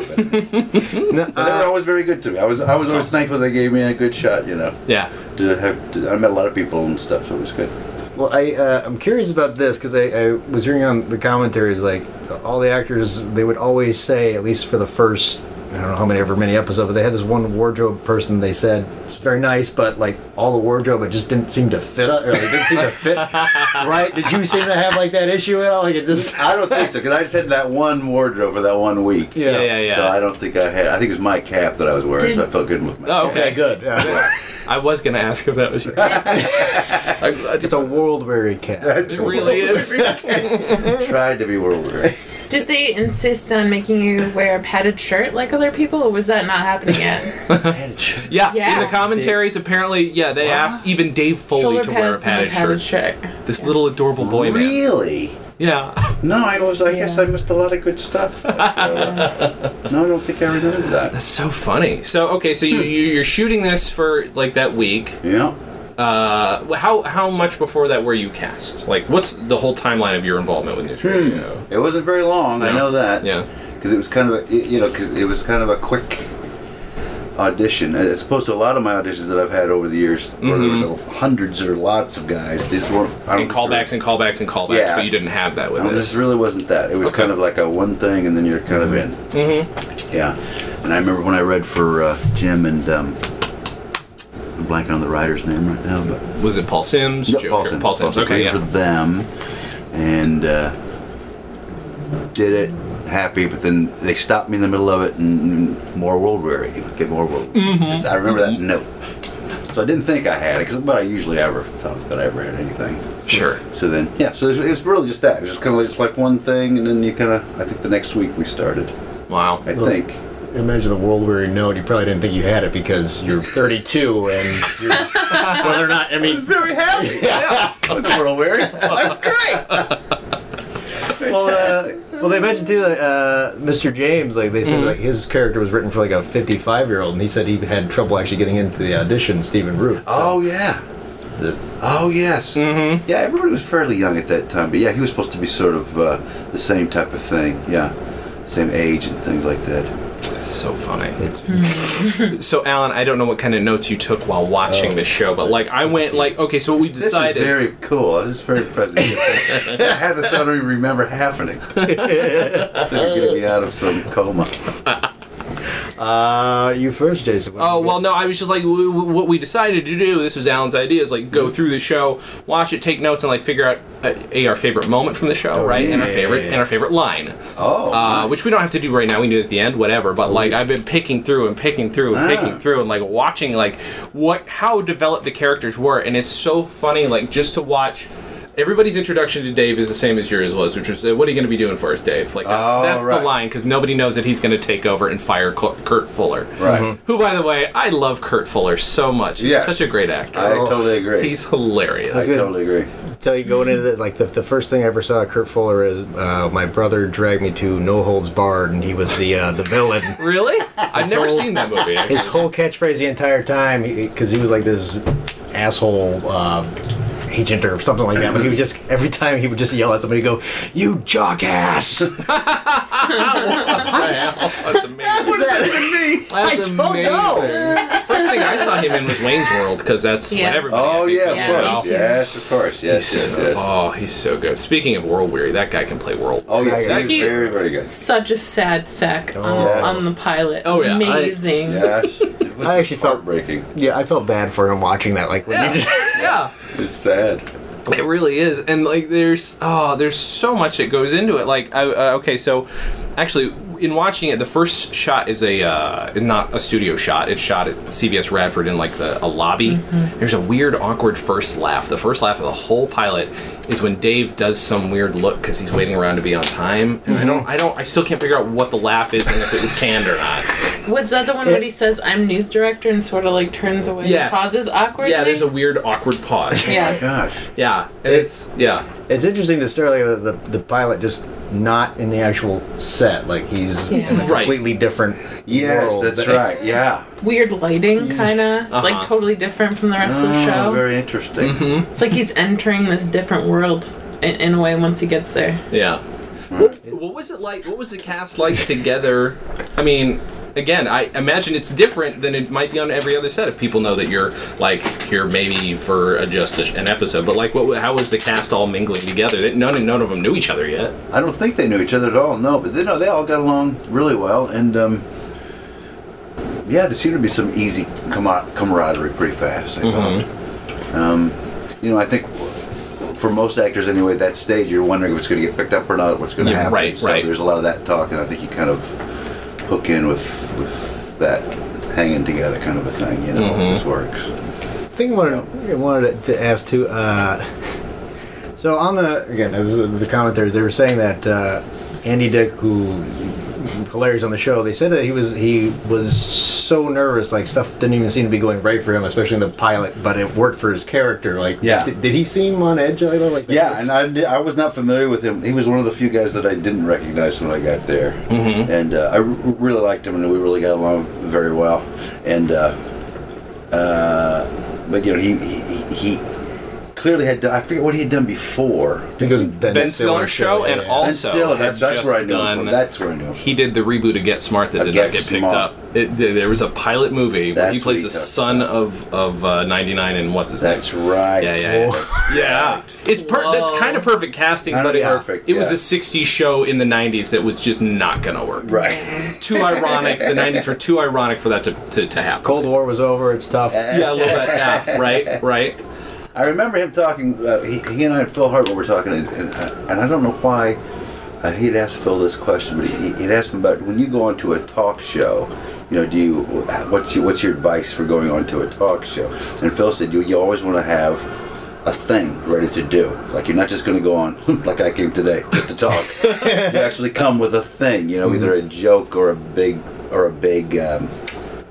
[SPEAKER 3] But they were always very good to me. I was I was always thankful they gave me a good shot. You know,
[SPEAKER 1] Yeah,
[SPEAKER 3] to have to, I met a lot of people and stuff, so it was good.
[SPEAKER 2] Well, I uh, I'm curious about this because I, I was hearing on the commentaries like all the actors they would always say at least for the first I don't know how many ever many episodes, but they had this one wardrobe person they said it's very nice, but like all the wardrobe it just didn't seem to fit up or it didn't seem to fit right. Did you seem to have like that issue at all? Like it just
[SPEAKER 3] I don't think so because I just had that one wardrobe for that one week.
[SPEAKER 2] Yeah.
[SPEAKER 1] yeah, yeah, yeah.
[SPEAKER 3] So I don't think I had. I think it was my cap that I was wearing, so I
[SPEAKER 4] Did-
[SPEAKER 3] felt good with my.
[SPEAKER 1] oh, okay, good.
[SPEAKER 2] Yeah.
[SPEAKER 1] I was gonna ask if that was you. I'm glad you-
[SPEAKER 2] it's a world weary cat.
[SPEAKER 3] It
[SPEAKER 1] it really is.
[SPEAKER 3] Tried to be world weary.
[SPEAKER 4] Did they insist on making you wear a padded shirt like other people, or was that not happening yet?
[SPEAKER 1] Yeah, in
[SPEAKER 4] Yeah.
[SPEAKER 1] the commentaries, apparently, yeah, they asked even Dave Foley
[SPEAKER 4] Shoulder
[SPEAKER 1] to wear a
[SPEAKER 4] pads and
[SPEAKER 1] padded shirt. This little adorable boy man.
[SPEAKER 3] really?
[SPEAKER 1] Yeah.
[SPEAKER 3] No, I was. I guess I missed a lot of good stuff. no, I don't think I remember that.
[SPEAKER 1] That's so funny. So okay, so you, you you're shooting this for like that week.
[SPEAKER 3] Yeah.
[SPEAKER 1] Uh, wh- how how much before that were you cast? Like, what's the whole timeline of your involvement with News Radio?
[SPEAKER 3] It wasn't very long. Hmm. I
[SPEAKER 1] No.
[SPEAKER 3] know that.
[SPEAKER 1] Yeah.
[SPEAKER 3] because it was kind of a, it- you know 'cause it was kind of a quick audition And as opposed to a lot of my auditions that I've had over the years where there was a- hundreds or lots of guys these weren't I
[SPEAKER 1] Mm-hmm. And
[SPEAKER 3] think there
[SPEAKER 1] callbacks and callbacks and callbacks,
[SPEAKER 3] Yeah.
[SPEAKER 1] but you didn't have that with
[SPEAKER 3] was- no,
[SPEAKER 1] this.
[SPEAKER 3] this really wasn't that it was
[SPEAKER 1] Okay.
[SPEAKER 3] kind of like a one thing and then you're kind of in mm-hmm. yeah and I remember when I read for uh, Jim and um, I'm blanking on the writer's name right now but
[SPEAKER 1] Was it Paul Sims?
[SPEAKER 3] Yep,
[SPEAKER 1] Joe
[SPEAKER 3] Paul
[SPEAKER 1] Fer-
[SPEAKER 3] Sims.
[SPEAKER 1] Paul Sims. Okay,
[SPEAKER 3] Played for
[SPEAKER 1] yeah.
[SPEAKER 3] them, and uh, did it happy. But then they stopped me in the middle of it, and more world weary. You know, Get more world.
[SPEAKER 1] Mm-hmm.
[SPEAKER 3] I remember that note. So I didn't think I had it, cause, but I usually ever thought that I ever had anything.
[SPEAKER 1] Sure.
[SPEAKER 3] So then, yeah. So it's, it's really just that. It was just kind of just like one thing, and then you kind of. I think the next week we started.
[SPEAKER 1] Wow.
[SPEAKER 3] I
[SPEAKER 2] Well-
[SPEAKER 3] think.
[SPEAKER 2] Imagine the world weary note. You probably didn't think you had it because you're 32 and you're, whether or not I mean
[SPEAKER 3] Very happy. Yeah. I was world weary. That's great.
[SPEAKER 2] well, uh, well, they mentioned too, like, uh, Mr. James, like they said, like his character was written for like a 55 year old, and he said he had trouble actually getting into the audition. Stephen Root.
[SPEAKER 3] Oh yeah.
[SPEAKER 2] The-
[SPEAKER 3] Oh yes. Mm-hmm. Yeah, everybody was fairly young at that time, but yeah, he was supposed to be sort of uh, the same type of thing. Yeah, same age and things like that.
[SPEAKER 1] That's so funny.
[SPEAKER 2] It's,
[SPEAKER 3] Mm-hmm.
[SPEAKER 1] So, Alan, I don't know what kind of notes you took while watching the show, but like I went like, okay, so what we
[SPEAKER 3] Oh. This
[SPEAKER 1] decided.
[SPEAKER 3] is very cool. This is very present. I had this, I don't even remember happening. this is getting me out of some coma.
[SPEAKER 2] uh, you first, Jason. What
[SPEAKER 1] Oh
[SPEAKER 2] did you
[SPEAKER 1] well, no. I was just like, w- w- what we decided to do. This was Alan's idea. Is like
[SPEAKER 3] Mm-hmm.
[SPEAKER 1] go through the show, watch it, take notes, and like figure out uh, a our favorite moment from the show, right? And our
[SPEAKER 2] yeah,
[SPEAKER 1] favorite
[SPEAKER 2] yeah, yeah.
[SPEAKER 1] and our favorite line,
[SPEAKER 3] Oh.
[SPEAKER 1] uh, which we don't have to do right now. We can do it at the end, whatever. But like I've been picking through and picking through and
[SPEAKER 3] Ah.
[SPEAKER 1] picking through and like watching like what how developed the characters were, and it's so funny like just to watch. Everybody's introduction to Dave is the same as yours was, which was, uh, "What are you going to be doing for us, Dave?" Like that's,
[SPEAKER 3] Oh,
[SPEAKER 1] that's the
[SPEAKER 3] right.
[SPEAKER 1] line because nobody knows that he's going to take over and fire Cl- Kurt Fuller.
[SPEAKER 3] right.
[SPEAKER 1] Who, by the way, I love Kurt Fuller so much. He's
[SPEAKER 3] Yes.
[SPEAKER 1] such a great actor.
[SPEAKER 3] I totally agree.
[SPEAKER 1] He's
[SPEAKER 3] I
[SPEAKER 1] hilarious.
[SPEAKER 2] good.
[SPEAKER 3] totally agree.
[SPEAKER 2] tell you going into that, like the, the first thing I ever saw Kurt Fuller is uh, my brother dragged me to No Holds Barred, and he was the uh, the villain.
[SPEAKER 1] Really? I've never seen that movie. actually.
[SPEAKER 2] His whole catchphrase the entire time, because he, was like this asshole uh, agent or something like that. But he was just every time he would just yell at somebody, go, "You jock ass!"
[SPEAKER 1] That's amazing.
[SPEAKER 2] What does that even mean?
[SPEAKER 1] That's
[SPEAKER 2] I don't know.
[SPEAKER 1] amazing. First thing I saw him in was Wayne's World because that's
[SPEAKER 4] Yeah.
[SPEAKER 1] what everybody.
[SPEAKER 3] Oh,
[SPEAKER 1] I think,
[SPEAKER 3] yeah, of
[SPEAKER 1] knows
[SPEAKER 4] Yeah,
[SPEAKER 3] course.
[SPEAKER 4] me
[SPEAKER 1] about.
[SPEAKER 4] too.
[SPEAKER 3] Yes, of course. Yes,
[SPEAKER 1] He's
[SPEAKER 3] yes,
[SPEAKER 1] so-
[SPEAKER 3] yes.
[SPEAKER 1] Oh, he's so good. Speaking of World Weary, that guy can play World.
[SPEAKER 3] Oh, yes.
[SPEAKER 2] That
[SPEAKER 3] He's
[SPEAKER 4] cute?
[SPEAKER 3] very, very good.
[SPEAKER 4] Such a sad sack on,
[SPEAKER 2] yeah.
[SPEAKER 4] on the pilot.
[SPEAKER 1] Oh, yeah, I-
[SPEAKER 4] Amazing.
[SPEAKER 3] Yes. It was
[SPEAKER 2] I actually felt-
[SPEAKER 3] heartbreaking.
[SPEAKER 2] Yeah, I felt bad for him watching that. Like, when he just-
[SPEAKER 1] yeah.
[SPEAKER 3] It's sad.
[SPEAKER 1] It really is, and like there's oh, there's so much that goes into it. Like, I, uh, okay, so actually, in watching it, the first shot is a uh, not a studio shot. It's shot at CBS Radford in like the a lobby. There's a weird, awkward first laugh. The first laugh of the whole pilot is when Dave does some weird look because he's waiting around to be on time. And I don't, I don't, I still can't figure out what the laugh is and if it was canned or not.
[SPEAKER 4] Was that the one where he says, I'm news director, and sort of like turns away
[SPEAKER 1] Yes.
[SPEAKER 4] and pauses awkwardly?
[SPEAKER 1] Yeah, there's a weird, awkward pause.
[SPEAKER 4] Yeah.
[SPEAKER 3] Gosh.
[SPEAKER 1] yeah, and it's yeah.
[SPEAKER 2] it's interesting to start like the, the, the pilot just not in the actual set. Like he's in a
[SPEAKER 1] Right.
[SPEAKER 2] completely different.
[SPEAKER 3] Yes,
[SPEAKER 2] world.
[SPEAKER 3] that's right. Yeah.
[SPEAKER 4] Weird lighting, kind of. Like
[SPEAKER 1] Uh-huh.
[SPEAKER 4] totally different from the rest of the
[SPEAKER 3] Oh,
[SPEAKER 4] show. Mm-hmm.
[SPEAKER 3] very interesting.
[SPEAKER 4] It's like he's entering this different world in, in a way once he gets there.
[SPEAKER 1] Yeah. What, what was it like? What was the cast like together? I mean, again, I imagine it's different than it might be on every other set if people know that you're like here maybe for a, just a, an episode. But like, what? How was the cast all mingling together? That none none of them knew each other yet.
[SPEAKER 3] I don't think they knew each other at all. No, but they know they all got along really well, and um, yeah, there seemed to be some easy camar- camaraderie pretty fast. I thought. Um, you know, I think for most actors anyway, at that stage you're wondering if it's going to get picked up or not, what's going to
[SPEAKER 1] Yeah,
[SPEAKER 3] happen.
[SPEAKER 1] right,
[SPEAKER 3] so
[SPEAKER 1] right.
[SPEAKER 3] There's a lot of that talk, and I think you kind of hook in with with that hanging together kind of a thing. You know, this works.
[SPEAKER 2] thing I wanted, I wanted to ask too. Uh, so on the again, this is the commentators they were saying that uh, Andy Dick, who hilarious on the show, they said that he was he was so nervous, like stuff didn't even seem to be going right for him, especially in the pilot. But it worked for his character. Like,
[SPEAKER 3] Yeah.
[SPEAKER 2] did, did he seem on edge? at all? Like, that?
[SPEAKER 3] Yeah, and I, di- I was not familiar with him. He was one of the few guys that I didn't recognize when I got there, mm-hmm. and uh, I r- really liked him, and we really got along very well. And uh, uh, but you know, he he, he clearly had done, I forget what he had done before.
[SPEAKER 2] I think it was Ben,
[SPEAKER 1] Ben Stiller
[SPEAKER 2] Stiller's
[SPEAKER 1] show and
[SPEAKER 2] yeah.
[SPEAKER 1] all-
[SPEAKER 3] And
[SPEAKER 1] Also,
[SPEAKER 3] still,
[SPEAKER 1] had
[SPEAKER 3] that, that's
[SPEAKER 1] just
[SPEAKER 3] where I knew him
[SPEAKER 1] done-
[SPEAKER 3] from. That's where I knew him. from.
[SPEAKER 1] He did the reboot of Get Smart that did
[SPEAKER 3] Get
[SPEAKER 1] not get picked
[SPEAKER 3] Smart.
[SPEAKER 1] up. It, there there was a pilot movie where he
[SPEAKER 3] That's what
[SPEAKER 1] plays
[SPEAKER 3] he
[SPEAKER 1] the
[SPEAKER 3] talked
[SPEAKER 1] son of of uh, ninety nine and what's his name?
[SPEAKER 3] That's right.
[SPEAKER 1] Yeah, yeah, yeah. Yeah, it's per- that's
[SPEAKER 4] Whoa.
[SPEAKER 1] kind of perfect casting,
[SPEAKER 3] Kinda
[SPEAKER 1] but it,
[SPEAKER 3] perfect,
[SPEAKER 1] it was a
[SPEAKER 3] yeah.
[SPEAKER 1] '60s show in the '90s that was just not gonna work.
[SPEAKER 3] Right.
[SPEAKER 1] Too ironic. The '90s were too ironic for that to, to, to happen.
[SPEAKER 2] Cold War was over. It's tough.
[SPEAKER 1] Yeah, a little bit. Yeah, right, right.
[SPEAKER 3] I remember him talking. Uh, he, he and I, Phil Hartman, were talking, and, and, I- and I don't know why uh, he'd asked Phil this question, but he, he'd asked him about when you go onto a talk show. You know, do you what's your, what's your advice for going onto a talk show? And Phil said, you you always want to have a thing ready to do. Like you're not just going to go on like I came today just to talk. you actually come with a thing. You know, either a joke or a big or a big. Um,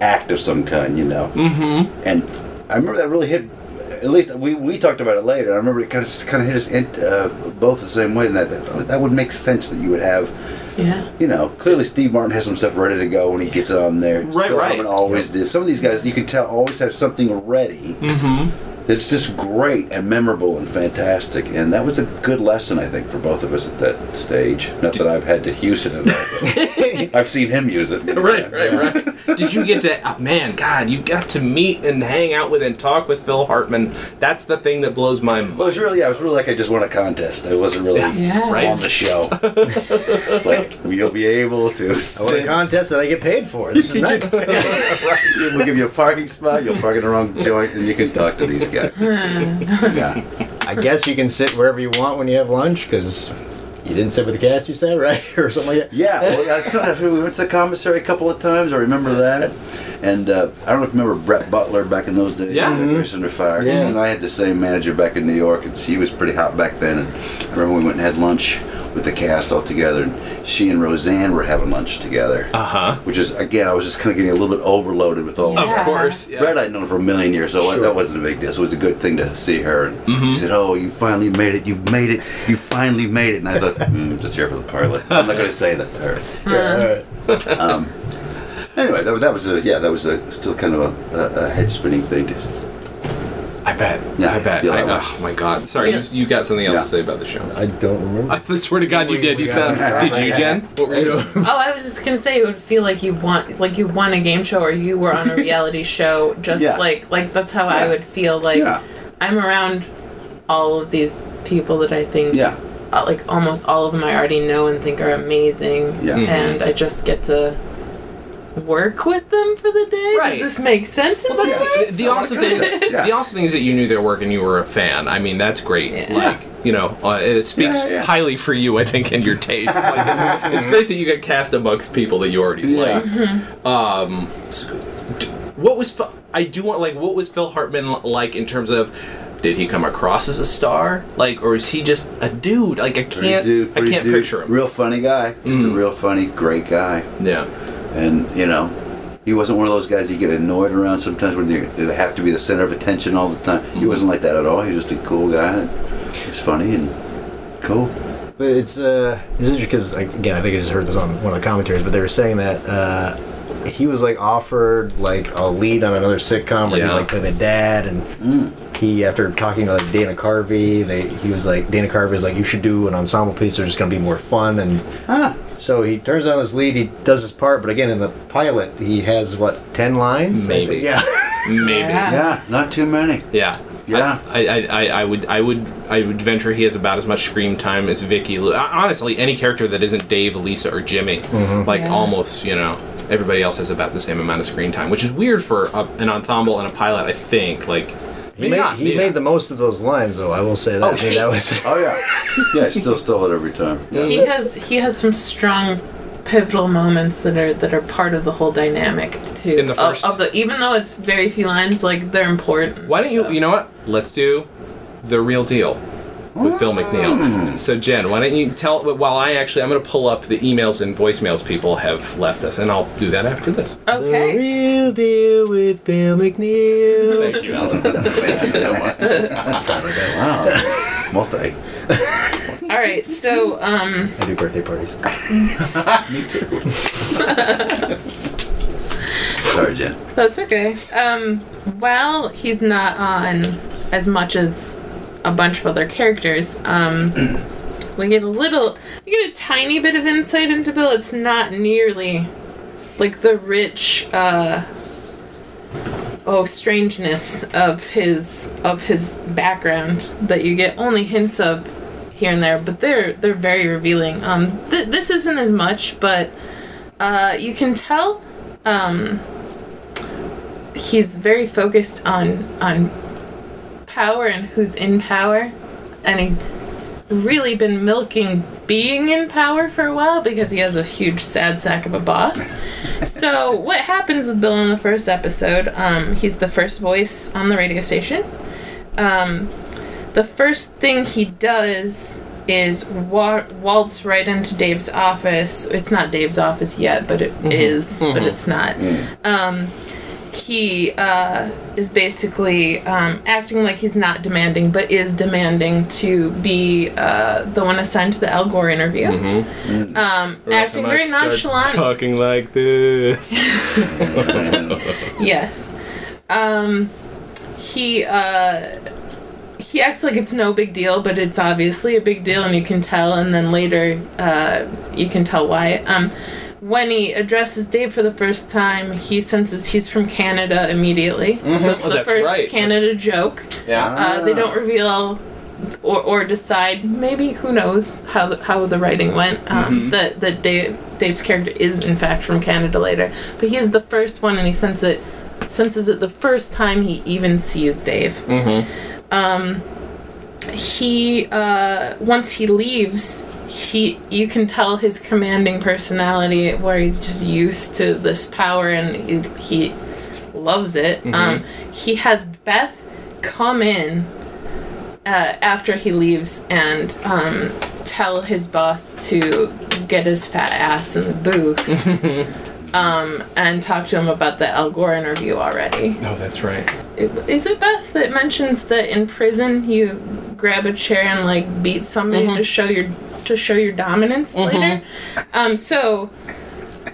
[SPEAKER 3] act of some kind, you know. Mm-hmm. And I remember that really hit. At least we, we talked about it later. I remember it kind of just kind of hit us in, uh, both the same way. And that, that that would make sense that you would have,
[SPEAKER 4] Yeah.
[SPEAKER 3] you know, clearly Steve Martin has some stuff ready to go when he gets on there.
[SPEAKER 1] Right, right.
[SPEAKER 3] Hartman always did. Some of these guys you can tell always have something ready. Mm-hmm. It's just great and memorable and fantastic, and that was a good lesson I think for both of us at that stage. Not that I've had to use it at all. but I've seen him use it.
[SPEAKER 1] Right, right, right. Did you get to? Oh, man, God, you got to meet and hang out with and talk with Phil Hartman. That's the thing that blows my mind.
[SPEAKER 3] Well, it's really yeah. It was really like I just won a contest. I wasn't really
[SPEAKER 4] Yeah.
[SPEAKER 1] Right.
[SPEAKER 3] on the show. like you'll be able to.
[SPEAKER 2] I won a
[SPEAKER 3] sit-
[SPEAKER 2] contest that I get paid for. This is nice.
[SPEAKER 3] We'll give you a parking spot. You'll park in the wrong joint, and you can talk to these guys.
[SPEAKER 2] Hmm.
[SPEAKER 3] yeah.
[SPEAKER 2] I guess you can sit wherever you want when you have lunch because you didn't sit with the cast, you said, right? or something like that.
[SPEAKER 3] Yeah, well, that's- that's- we went to the commissary a couple of times. I remember that. And uh, I don't know if you remember Brett Butler back in those days.
[SPEAKER 1] Yeah.
[SPEAKER 3] He was under fire.
[SPEAKER 2] Yeah.
[SPEAKER 3] And I had the same manager back in New York, and she was pretty hot back then. And I remember we went and had lunch with the cast all together, and she and Roseanne were having lunch together.
[SPEAKER 1] Uh huh.
[SPEAKER 3] Which is, again, I was just kind of getting a little bit overloaded with all
[SPEAKER 1] Of
[SPEAKER 4] Yeah.
[SPEAKER 1] course. Oh, Yeah.
[SPEAKER 3] Brett I'd known for a million years, so
[SPEAKER 2] Sure.
[SPEAKER 3] that wasn't a big deal. So it was a good thing to see her. And
[SPEAKER 1] Mm-hmm.
[SPEAKER 3] she said, "Oh, you finally made it! You made it! You finally made it!" And I thought, mm, "I'm just here for the pilot. I'm not going to say that to
[SPEAKER 2] Uh,
[SPEAKER 3] her."
[SPEAKER 2] Alright.
[SPEAKER 3] Anyway, that, was- that was a yeah, that was a still kind of a, a, a head spinning thing. To,
[SPEAKER 1] I bet.
[SPEAKER 3] Yeah,
[SPEAKER 1] I bet.
[SPEAKER 3] feel
[SPEAKER 1] I,
[SPEAKER 3] that way.
[SPEAKER 1] oh my God. Sorry, you, you got something else to say about the show.
[SPEAKER 2] I don't remember.
[SPEAKER 1] I swear to God, you
[SPEAKER 2] We-
[SPEAKER 1] did. You
[SPEAKER 2] we
[SPEAKER 1] said,
[SPEAKER 2] got-
[SPEAKER 1] "Did you, Jen?" What were
[SPEAKER 2] I
[SPEAKER 1] you
[SPEAKER 2] don't-
[SPEAKER 1] doing?
[SPEAKER 4] Oh, I was just gonna say it would feel like you want, like you won a game show or you were on a reality show. Just
[SPEAKER 3] Yeah.
[SPEAKER 4] like, like that's how
[SPEAKER 3] Yeah.
[SPEAKER 4] I would feel. Like
[SPEAKER 3] Yeah.
[SPEAKER 4] I'm around all of these people that I think,
[SPEAKER 3] yeah,
[SPEAKER 4] uh, like almost all of them I already know and think are amazing.
[SPEAKER 3] Yeah.
[SPEAKER 1] Mm-hmm.
[SPEAKER 3] Mhm.
[SPEAKER 4] And I just get to work with them for the day.
[SPEAKER 1] Right.
[SPEAKER 4] Does this make sense in this
[SPEAKER 1] The,
[SPEAKER 4] way?
[SPEAKER 1] the awesome thing is,
[SPEAKER 3] Yeah.
[SPEAKER 1] the awesome thing is that you knew their work and you were a fan. I mean, that's great.
[SPEAKER 4] Yeah.
[SPEAKER 1] Like, you know, uh, it speaks
[SPEAKER 3] Yeah, yeah.
[SPEAKER 1] highly for you, I think, and your taste. Like, it's- it's great that you got cast amongst people that you already like. Um, s- d- what was Ph- I do want like what was Phil Hartman l- like in terms of? Did he come across as a star, like, or is he just a dude? Like, I
[SPEAKER 3] Pretty
[SPEAKER 1] can't,
[SPEAKER 3] dude,
[SPEAKER 1] I
[SPEAKER 3] pretty
[SPEAKER 1] can't
[SPEAKER 3] dude.
[SPEAKER 1] picture him. Mm.
[SPEAKER 3] Real funny guy, just a real funny, great guy.
[SPEAKER 1] Yeah,
[SPEAKER 3] and you know he wasn't one of those guys you get annoyed around sometimes when they they have to be the center of attention all the time he wasn't like that at all he was just a cool guy and he was funny and cool
[SPEAKER 2] But it's uh, it's interesting because again, I think I just heard this on one of the commentaries, but they were saying that uh, he was like offered like a lead on another sitcom where
[SPEAKER 1] Yeah.
[SPEAKER 2] he like played the dad, and he after talking to like, Dana Carvey, they he was like Dana Carvey was like you should do an ensemble piece, they're just gonna be more fun, and
[SPEAKER 3] ah
[SPEAKER 2] so he turns on his lead, he does his part, but again in the pilot he has what ten lines, I
[SPEAKER 1] Maybe.
[SPEAKER 2] think? yeah,
[SPEAKER 1] maybe.
[SPEAKER 4] Yeah.
[SPEAKER 3] yeah not too many
[SPEAKER 1] Yeah.
[SPEAKER 3] Yeah.
[SPEAKER 1] I, I, I, I would I would I would venture he has about as much screen time as Vicky. Lu- Honestly, any character that isn't Dave, Lisa, or Jimmy,
[SPEAKER 2] Mm-hmm.
[SPEAKER 1] like
[SPEAKER 4] Yeah.
[SPEAKER 1] almost you know everybody else has about the same amount of screen time, which is weird for a, an ensemble and a pilot. I think like
[SPEAKER 2] he made, he made the most of those lines though. I will say that
[SPEAKER 1] Oh,
[SPEAKER 2] I think
[SPEAKER 1] he-
[SPEAKER 2] that was
[SPEAKER 3] oh yeah yeah still stole it every time yeah.
[SPEAKER 4] He has he has some strong pivotal moments that are that are part of the whole dynamic too.
[SPEAKER 1] In the
[SPEAKER 4] Of-
[SPEAKER 1] first-
[SPEAKER 4] of, the even though it's very few lines, like they're important.
[SPEAKER 1] Why don't you you know what? Let's do the real deal. With Bill
[SPEAKER 2] Mm.
[SPEAKER 1] McNeil. So Jen, why don't you tell? While I actually, I'm going to pull up the emails and voicemails people have left us, and I'll do that after this.
[SPEAKER 2] the
[SPEAKER 4] Okay.
[SPEAKER 2] real deal with Bill McNeil.
[SPEAKER 1] Thank you, Alan.
[SPEAKER 3] thank you so much wow multi
[SPEAKER 4] All right. So um,
[SPEAKER 2] I do birthday parties.
[SPEAKER 3] sorry Jen
[SPEAKER 4] that's okay. Um, while he's not on as much as a bunch of other characters, um, we get a little, we get a tiny bit of insight into Bill. It's not nearly like the rich, uh, oh, strangeness of his of his background that you get only hints of here and there, but they're they're very revealing. Um, th- this isn't as much, but uh, you can tell. Um, he's very focused on on power and who's in power and he's really been milking being in power for a while because he has a huge sad sack of a boss so what happens with bill in the first episode um, he's the first voice on the radio station um, the first thing he does is wa- waltz right into dave's office it's not dave's office yet but it is, but it's not um, he uh, is basically um, acting like he's not demanding, but is demanding to be uh, the one assigned to the Al Gore interview. Um, acting very nonchalant.
[SPEAKER 1] Talking like this.
[SPEAKER 4] Yes. Um, he uh he acts like it's no big deal, but it's obviously a big deal, and you can tell. And then later, uh, you can tell why. Um, when he addresses Dave for the first time, he senses he's from Canada immediately. So it's
[SPEAKER 1] Oh,
[SPEAKER 4] the
[SPEAKER 1] that's
[SPEAKER 4] first
[SPEAKER 1] right.
[SPEAKER 4] Canada joke.
[SPEAKER 1] Yeah.
[SPEAKER 4] Uh, they don't reveal or, or decide. Maybe who knows how the, how the writing went. Um, That that Dave, Dave's character is in fact from Canada later, but he is the first one, and he senses it senses it the first time he even sees Dave. Mm-hmm. Um, he uh, once he leaves. He, you can tell his commanding personality where he's just used to this power and he, he loves it. Um, he has Beth come in uh, after he leaves and um, tell his boss to get his fat ass in the booth. Um, and talk to him about the Al Gore interview already.
[SPEAKER 1] No, that's right.
[SPEAKER 4] It- Is it Beth that mentions that in prison you grab a chair and like beat somebody to show your to show your dominance later? Um, so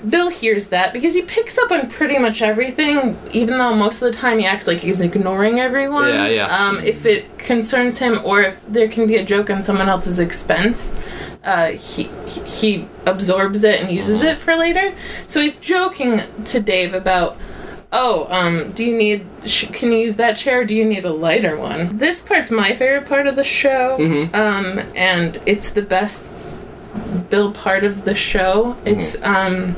[SPEAKER 4] Bill hears that because he picks up on pretty much everything, even though most of the time he acts like he's ignoring everyone.
[SPEAKER 1] Yeah, yeah.
[SPEAKER 4] Um, if it concerns him or if there can be a joke on someone else's expense, uh, he, he he absorbs it and uses it for later. So he's joking to Dave about. Oh, um, do you need? Sh- can you use that chair? Or do you need a lighter one? This part's my favorite part of the show, um, and it's the best Bill part of the show. It's um,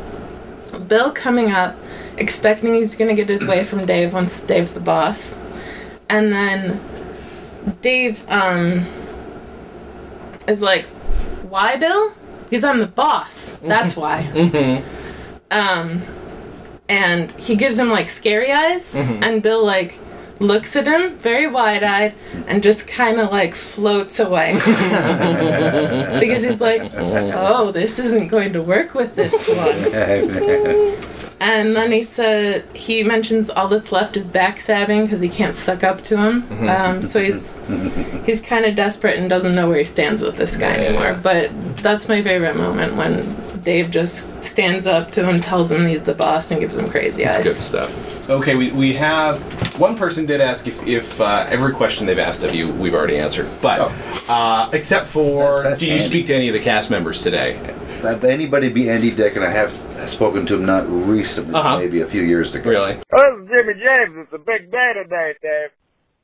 [SPEAKER 4] Bill coming up, expecting he's gonna get his way from Dave once Dave's the boss, and then Dave um, is like, "Why, Bill? Because I'm the boss. That's why." Um, and he gives him like scary eyes, and Bill like looks at him very wide-eyed and just kind of like floats away because he's like oh this isn't going to work with this one and then he said he mentions all that's left is backstabbing because he can't suck up to him. Um, so he's he's kind of desperate and doesn't know where he stands with this guy anymore. But that's my favorite moment when Dave just stands up to him, tells him he's the boss, and gives him crazy eyes.
[SPEAKER 1] It's good stuff. Okay, we, we have one person did ask if, if uh, every question they've asked of you we've already answered, but uh, except for
[SPEAKER 3] Oh. That's- that's
[SPEAKER 1] do you
[SPEAKER 3] handy.
[SPEAKER 1] speak to any of the cast members today?
[SPEAKER 3] Have anybody be Andy Dick, and I have spoken to him not recently,
[SPEAKER 1] Uh-huh.
[SPEAKER 3] maybe a few years ago.
[SPEAKER 1] Really?
[SPEAKER 5] Well, it's Jimmy James. It's a big day today, Dave.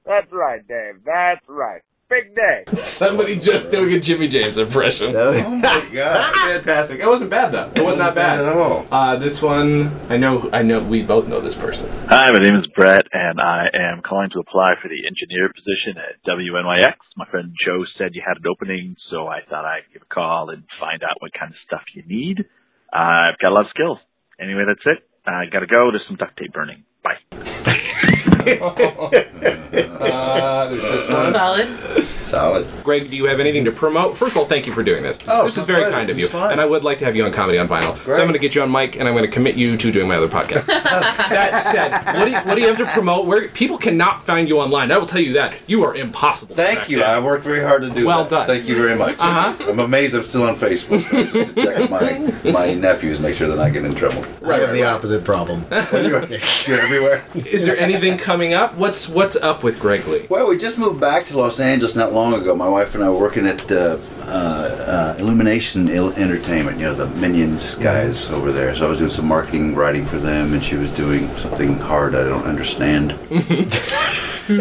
[SPEAKER 5] That's right, Dave. That's right. Big day.
[SPEAKER 1] Somebody just doing a Jimmy James impression.
[SPEAKER 3] Oh my god!
[SPEAKER 1] Fantastic. It wasn't bad though. It was not
[SPEAKER 3] Not at
[SPEAKER 1] bad.
[SPEAKER 3] all.
[SPEAKER 1] Uh, this one, I know, I know, we both know this person.
[SPEAKER 6] Hi, my name is Brett, and I am calling to apply for the engineer position at WNYX. My friend Joe said you had an opening, so I thought I'd give a call and find out what kind of stuff you need. Uh, I've got a lot of skills. Anyway, that's it. I gotta go. There's some duct tape burning. Bye.
[SPEAKER 1] Uh, there's this one.
[SPEAKER 4] Solid.
[SPEAKER 3] Solid.
[SPEAKER 1] Greg, do you have anything to promote? First of all, thank you for doing this.
[SPEAKER 3] Oh,
[SPEAKER 1] this is
[SPEAKER 3] my
[SPEAKER 1] very
[SPEAKER 3] pleasure.
[SPEAKER 1] kind of
[SPEAKER 3] It's
[SPEAKER 1] you,
[SPEAKER 3] fun.
[SPEAKER 1] and I would like to have you on comedy on vinyl. So I'm going to get you on mic, and I'm going to commit you to doing my other podcast. that said, what do, you, what do you have to promote? Where people cannot find you online? I will tell you that you are impossible. to
[SPEAKER 3] Thank
[SPEAKER 1] track
[SPEAKER 3] you.
[SPEAKER 1] down.
[SPEAKER 3] I worked very hard to do
[SPEAKER 1] Well
[SPEAKER 3] that.
[SPEAKER 1] done.
[SPEAKER 3] Thank you very much. Uh-huh. I'm amazed I'm still on Facebook. I just have to check my, my nephews, make sure they're not getting in trouble.
[SPEAKER 2] I
[SPEAKER 1] Right,
[SPEAKER 2] have
[SPEAKER 1] right,
[SPEAKER 2] the
[SPEAKER 1] right.
[SPEAKER 2] opposite problem.
[SPEAKER 3] You're everywhere.
[SPEAKER 1] Is there anything coming up? What's What's up with Greg Lee?
[SPEAKER 3] Well, we just moved back to Los Angeles not long ago. My wife and I were working at uh, uh, uh, Illumination Il- Entertainment, you know, the Minions guys over there. So I was doing some marketing, writing for them, and she was doing something hard I don't understand.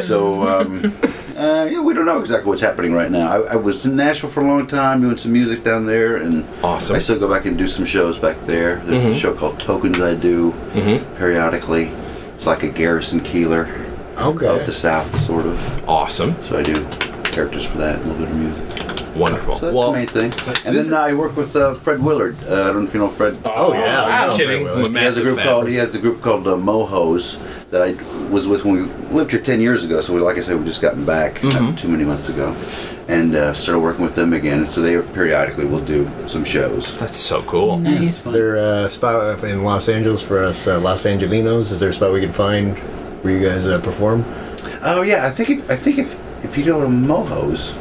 [SPEAKER 3] so, um, uh, yeah, we don't know exactly what's happening right now. I, I was in Nashville for a long time doing some music down there, and
[SPEAKER 1] Awesome.
[SPEAKER 3] I still go back and do some shows back there. There's a show called Tokens I do periodically. It's like a Garrison Keeler
[SPEAKER 2] Oh,
[SPEAKER 3] of the
[SPEAKER 2] Okay.
[SPEAKER 3] South, sort of.
[SPEAKER 1] Awesome,
[SPEAKER 3] So I do characters for that, a little bit of music. So
[SPEAKER 1] wonderful.
[SPEAKER 3] that's
[SPEAKER 1] well,
[SPEAKER 3] the main thing. And then I work with uh, Fred Willard. Uh, I don't know if you know Fred.
[SPEAKER 1] oh yeah, I'm
[SPEAKER 4] Wow.
[SPEAKER 1] kidding. I'm a
[SPEAKER 3] he has a
[SPEAKER 1] massive
[SPEAKER 3] group
[SPEAKER 1] fan.
[SPEAKER 3] called he has a group called uh, Mohos that I was with when we lived here ten years ago. So we, like I said, we just gotten back not
[SPEAKER 2] Mm-hmm.
[SPEAKER 3] too many months ago, and uh, started working with them again. So they periodically will do some shows.
[SPEAKER 1] That's so cool.
[SPEAKER 4] Nice.
[SPEAKER 2] Is there a spot up in Los Angeles for us uh, Los Angelinos? Is there a spot we can find where you guys uh, perform?
[SPEAKER 3] Oh yeah, I think if, I think if if you go to Mohos,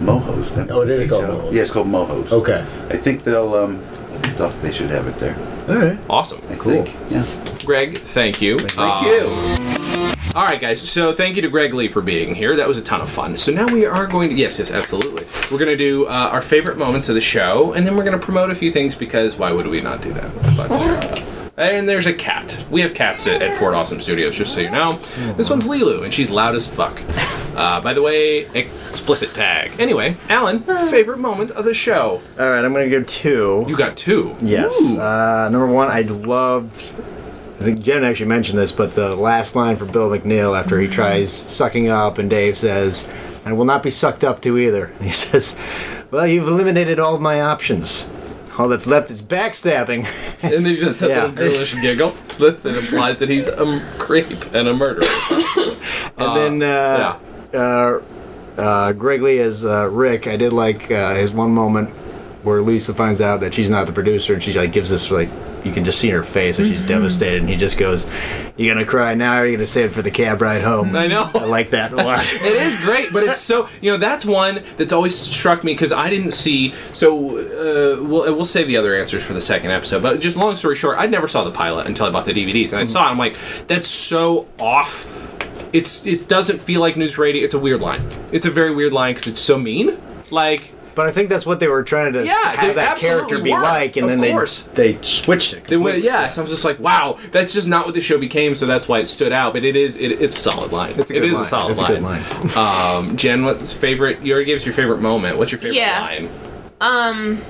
[SPEAKER 3] Mohos.
[SPEAKER 2] Oh, it is called Mohos.
[SPEAKER 3] Yeah, it's called Mohos.
[SPEAKER 2] Okay.
[SPEAKER 3] I think they'll um, I think they'll- they should have it there.
[SPEAKER 2] All right.
[SPEAKER 1] Awesome,
[SPEAKER 3] I
[SPEAKER 2] Cool.
[SPEAKER 3] Think. Yeah.
[SPEAKER 1] Greg. Thank you.
[SPEAKER 3] Thank
[SPEAKER 1] Uh,
[SPEAKER 3] you.
[SPEAKER 1] All right, guys. So thank you to Greg Lee for being here. That was a ton of fun. So now we are going to yes, yes, absolutely. We're going to do uh, our favorite moments of the show, and then we're going to promote a few things because why would we not do that? But, and there's a cat. We have cats at, at Fort Awesome Studios, just so you know. This one's Lilu, and she's loud as fuck. Uh, by the way, explicit tag. Anyway, Alan, favorite moment of the show.
[SPEAKER 2] All right, I'm gonna give two.
[SPEAKER 1] You got two.
[SPEAKER 2] Yes. Uh, number one, I loved. I think Jen actually mentioned this, but the last line from Bill McNeil after he tries sucking up, and Dave says, "I will not be sucked up to either." And he says, "Well, you've eliminated all of my options. All that's left is backstabbing."
[SPEAKER 1] And then he does that
[SPEAKER 2] Yeah.
[SPEAKER 1] little girlish giggle that implies that he's a m- creep and a murderer.
[SPEAKER 2] and then uh, uh, uh, Greg Lee as uh, Rick. I did like uh, his one moment where Lisa finds out that she's not the producer, and she like gives this like you can just see her face, and
[SPEAKER 1] Mm-hmm.
[SPEAKER 2] she's devastated. And he just goes, "You're gonna cry now, or you're gonna save it for the cab ride home."
[SPEAKER 1] I know.
[SPEAKER 2] I like that a lot.
[SPEAKER 1] It is great, but it's so you know that's one that's always struck me because I didn't see. So uh, we'll we'll save the other answers for the second episode. But just long story short, I never saw the pilot until I bought the DVDs, and I saw it. I'm like, that's so off. It's it doesn't feel like news radio. It's a weird line. It's a very weird line because it's so mean. Like
[SPEAKER 2] but I think that's what they were trying to
[SPEAKER 1] Yeah, they
[SPEAKER 2] have that character
[SPEAKER 1] absolutely
[SPEAKER 2] be
[SPEAKER 1] were.
[SPEAKER 2] like, and
[SPEAKER 1] Of
[SPEAKER 2] then
[SPEAKER 1] course.
[SPEAKER 2] they they switched it.
[SPEAKER 1] They went, yeah. So I was just like, wow, that's just not what the show became. So that's why it stood out. But it is, it, it's a solid line. It's
[SPEAKER 2] a good line.
[SPEAKER 1] a solid
[SPEAKER 2] It's a
[SPEAKER 1] line.
[SPEAKER 2] good
[SPEAKER 1] um, Jen, what's favorite? You already gave us your favorite moment. What's your favorite
[SPEAKER 4] Yeah.
[SPEAKER 1] line?
[SPEAKER 4] Um.